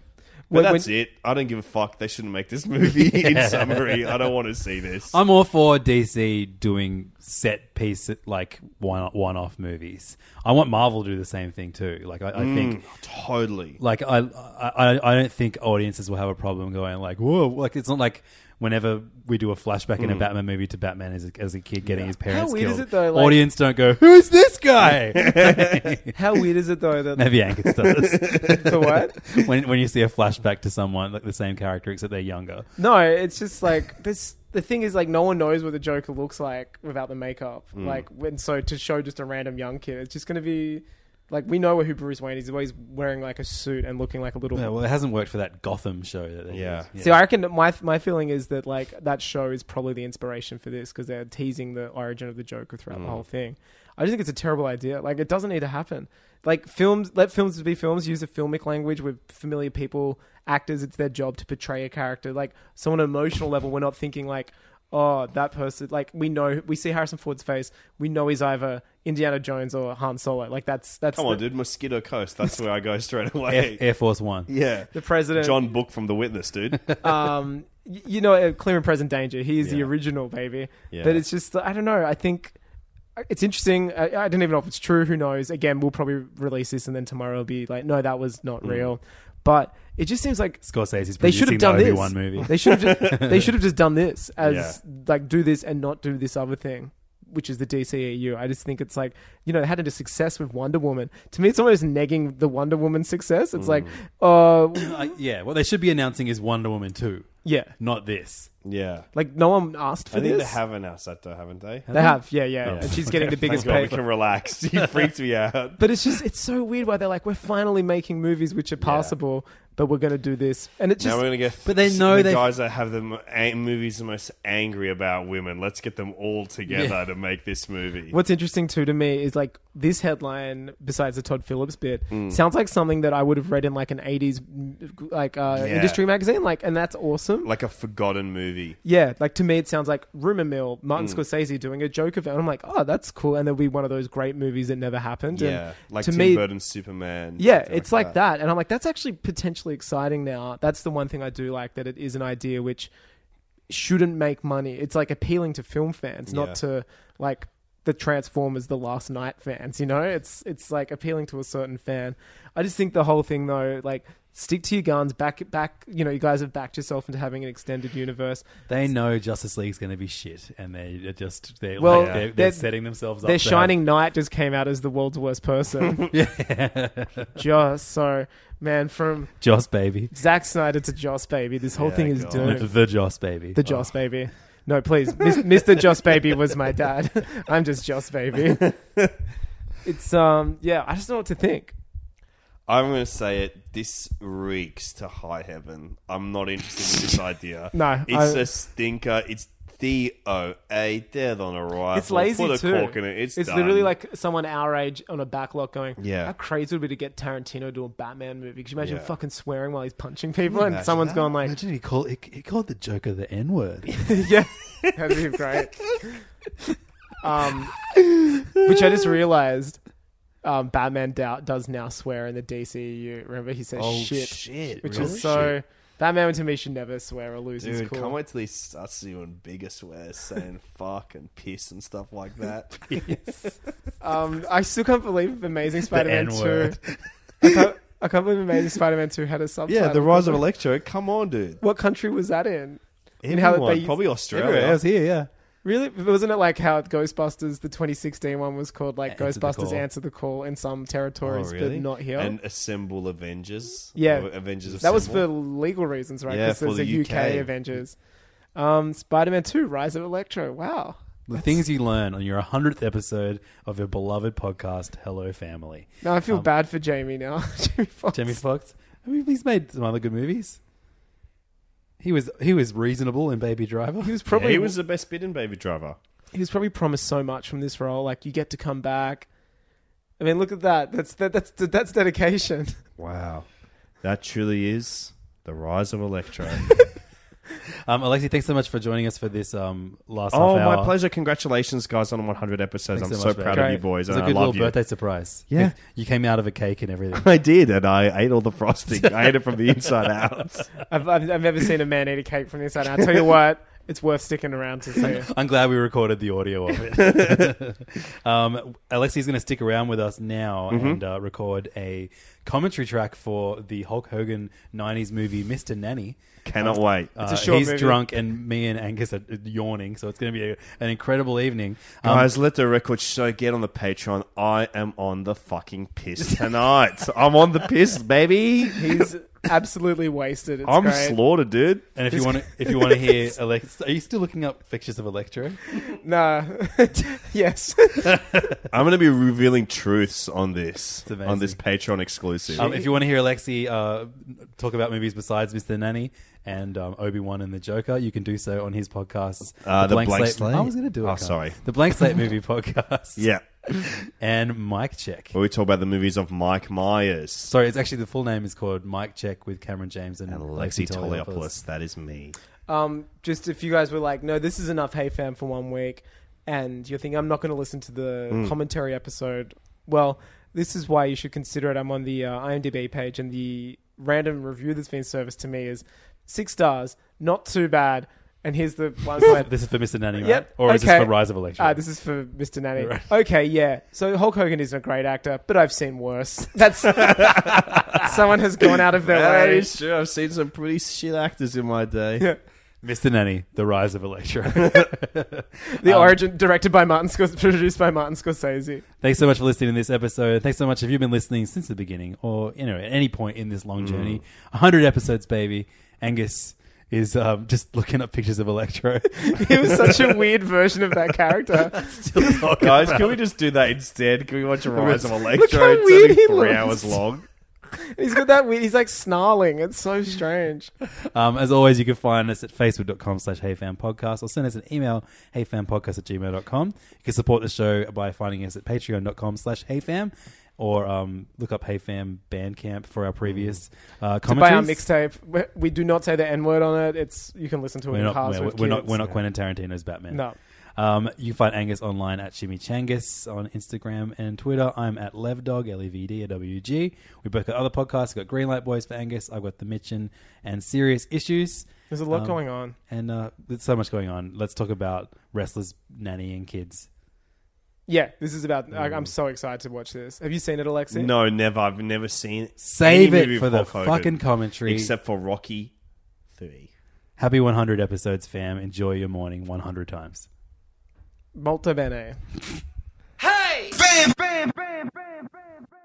When- But that's it. I don't give a fuck. They shouldn't make this <laughs> <laughs> movie. In summary, I don't want to see this. I'm all for DC doing set piece like one one off movies. I want Marvel to do the same thing too. Like I, I Hmm. think Mm, totally. like I, I I- I don't think audiences will have a problem going like whoa like it's not like whenever we do a flashback in a Batman movie to Batman as a, as a kid getting his parents weird killed is it though, like- audience don't go who's this <laughs> guy How weird is it though that maybe Angus does <laughs> for what? <laughs> when when you see a flashback to someone like the same character except they're younger No, it's just like this. The thing is, like, no one knows what the Joker looks like without the makeup. Like, and so to show just a random young kid, it's just going to be like we know who Bruce Wayne is. He's always wearing like a suit and looking like a little. yeah, well it hasn't worked for that Gotham show that they Yeah. did. See, I reckon that my my feeling is that like that show is probably the inspiration for this because they're teasing the origin of the Joker throughout Mm. the whole thing. I just think it's a terrible idea. Like, it doesn't need to happen. Like films, let films be films. Use a filmic language with familiar people, actors. It's their job to portray a character. Like, so on an emotional level, we're not thinking like, oh, that person. Like, we know we see Harrison Ford's face. We know he's either Indiana Jones or Han Solo. Like, that's that's Come the, on, dude. Mosquito Coast. That's where I <laughs> go straight away. Air, Air Force One yeah. the president. John Book from The Witness, dude. <laughs> um, y- you know, uh, clear and present danger. He is the Yeah. original baby, Yeah. but it's just I don't know. I think uh, it's interesting. I, I don't even know if it's true. Who knows? Again, we'll probably release this, and then tomorrow will be like, no, that was Hmm. not real. But it just seems like Scorsese's they should have done the this. Obi-Wan movie They should have. <laughs> Just, they should have just done this as Yeah. like do this and not do this other thing. Which is the DCEU. I just think it's like, you know, they had a success with Wonder Woman. To me, it's almost negging the Wonder Woman success. It's like, oh, Mm. <laughs> Uh, yeah, what they should be announcing is Wonder Woman 2. Yeah. not this. Yeah. Like no one asked for I think this. they have an Asato, haven't they? They have, yeah, yeah. and she's getting the biggest Oh. Thank God pay. we <laughs> can relax. <laughs> You freaked me out. But it's just it's so weird why they're like, we're finally making movies which are passable, but we're gonna do this, and it now just we're gonna get But they know the they- guys that have the mo- a- movies the most angry about women. Let's get them all together to make this movie. What's interesting too to me is like this headline, besides the Todd Phillips bit, Hmm. sounds like something that I would have read in like an eighties like uh, Yeah. industry magazine, like, and that's awesome. Like a forgotten movie. yeah, like to me it sounds like rumor mill, Martin Hmm. Scorsese doing a joke of it, and I'm like, oh, that's cool, and there'll be one of those great movies that never happened. Yeah, and like to Tim me, Burton's Superman. Yeah, something it's like that. And I'm like, that's actually potentially exciting now. That's the one thing I do like that it is an idea which shouldn't make money. It's like appealing to film fans, Yeah. not to like the Transformers the Last Night fans, you know? It's it's like appealing to a certain fan. I just think the whole thing though, like stick to your guns, back back you know, you guys have backed yourself into having an extended universe. They know Justice League's going to be shit, and they are just they're Well, like, they're, they're, they're- setting themselves up. Their to Shining Knight just came out as the world's worst person. <laughs> yeah. Just so man, from have Joss baby, Zack Snyder to Joss Baby, this whole thing is God. doomed. the Joss baby. The Joss baby. No, please. Mis- <laughs> Mr. Joss baby was my dad. <laughs> I'm just Joss <laughs> baby. It's um yeah, I just don't know what to think. I'm going to say it. This reeks to high heaven. I'm not interested <laughs> in this idea. No, it's I- a stinker. It's D O A dead on arrival. It's lazy Put a too. cork in it. It's, done. literally like someone our age on a backlot going, Yeah. how crazy would it be to get Tarantino to a Batman movie? Could you imagine Yeah. fucking swearing while he's punching people and someone's gone like, Imagine he called he, he called the Joker the N word. yeah, that'd be <laughs> great. Um, which I just realized, um, Batman dou- does now swear in the DCU. Remember he says Oh, shit! which is so. Batman to me should never swear or lose his Dude, cool. can't wait till he starts doing bigger swears, saying <laughs> fuck and piss and stuff like that. Um, I still can't believe <laughs> Amazing <laughs> Spider-Man N-word. two. I can't, I can't believe Amazing Spider-Man two had a subtitle. <laughs> yeah, the rise of Electro. Come on, dude. What country was that in? And how Everyone, they- probably Australia. I was here, yeah. Really, wasn't it like how Ghostbusters the 2016 one was called like Answer the Ghostbusters Call. Answer the Call in some Oh, territories, really? but not here. And assemble Avengers. Yeah. Or Avengers. that was for Assemble. legal reasons, right? Yeah, Because for there's a the UK, UK. Avengers. Um, Spider-Man two: Rise of Electro. Wow. The things you learn on your 100th episode of your beloved podcast, Hello Family. Now I feel Um, bad for Jamie now. <laughs> Jamie Foxx. Jamie Foxx. I mean, he's made some other good movies. He was he was reasonable in Baby <laughs> Driver. He was Yeah, probably he was the best bit in Baby Driver. he was probably promised so much from this role. Like you get to come back. I mean, look at that. That's that, that's that's dedication. <laughs> Wow. That truly is the rise of <laughs> Electro. Um, Alexi, thanks so much for joining us for this um, last oh, half hour. my pleasure. Congratulations, guys, on 100 episodes. Thanks I'm so, much, proud babe. of you boys. It was and a good I love little you. <laughs> birthday surprise. Yeah. You- you came out of a cake and <laughs> everything. I did, and I ate all the frosting. I ate it from the inside <laughs> out. I've, I've I've never seen a man eat a cake from the inside. out. I tell you what, it's worth sticking around to <laughs> see. I'm glad we recorded the audio of it. <laughs> um, Alexi's going to stick around with us now Mm-hmm. and uh, record a commentary track for the Hulk Hogan 90s movie Mr. Nanny. Cannot wait. Uh, short he's movie. drunk, and me and Angus are yawning, so it's going to be a, an incredible evening. Um, Guys, let the record show get on the Patreon. I am on the fucking <laughs> piss tonight. I'm on the piss, baby. He's absolutely wasted. It's I'm great. slaughtered, dude. and if you <laughs> want to, if you want to hear, Alex, are you still looking up pictures of Electro? Nah. <laughs> yes. I'm going to be revealing truths on this amazing. on this Patreon exclusive. Um, if you want to hear Alexi uh, talk about movies besides Mr. Nanny and um, Obi Wan and the Joker, you can do so on his podcasts. Uh, The Blank Slate. I was going to do it. Oh, Carl. sorry. The Blank Slate Movie <laughs> Podcast. yeah, And Mike Check. where we talk about the movies of Mike Myers Sorry, it's actually the full name is called Mike Check with Cameron James and, and Alexi Toliopoulos. Toliopoulos. That is me. Um, just if you guys were like, no, this is enough Hey Fam for one week, and you're thinking, I'm not going to listen to the Hmm. commentary episode, well, this is why you should consider it. I'm on the uh, IMDb page, and the random review that's been serviced to me is six stars, not too bad. And here's the <laughs> one side. This is for Mr. Nanny, right? Yep. Or is this okay. for Rise of Electro? Uh, this is for Mr. Nanny. Right. Okay, yeah. So Hulk Hogan isn't a great actor, but I've seen worse. <laughs> <laughs> That's someone has gone out of their That way. is true. I've seen some pretty shit actors in my day. Mr. Nanny, The Rise of Electro. <laughs> The Um, origin, directed by Martin Scors- produced by Martin Scorsese. Thanks so much for listening to this episode. Thanks so much if you've been listening since Mm. the beginning or you know at any point in this long journey. 100 episodes, baby. Angus, is um, just looking up pictures of Electro. <laughs> He was such a weird version of that character. Still talking <laughs> Guys, about can we it. just do that instead? Can we watch a Rise of Electro? Look how it's weird only he three looks. hours long. He's got that weird. He's like snarling. It's so strange. Um, as always, you can find us at facebook.com slash heyfanpodcast or send us an email, heyfanpodcast at gmail.com. You can support the show by finding us at patreon.com slash heyfam or um, look up heyfam bandcamp for our previous uh, By Mm. our commentaries. mixtape, we- we do not say the N word on it. It's you can listen to it we're in not, cars we're, with we're not, kids. we're not Quentin Tarantino's Batman. No. Um, you can find Angus online at Shimmy Changus on Instagram and Twitter. I'm at Levdog, L E V D A W G. We both got other podcasts. We've got Greenlight Boys for Angus. I've got The Mitchin and Serious Issues. There's a lot Um, going on. And uh, there's so much going on. Let's talk about wrestlers, nanny, and kids. Yeah, this is about. I, Mm. I'm so excited to watch this. Have you seen it, Alexi? No, never. I've never seen it. Save Any it movie for with the Hulk Hogan, fucking commentary. Except for Rocky 3. Happy 100 episodes, fam. Enjoy your morning 100 times. Molto bene. Bam, bam, bam, bam, bam, bam.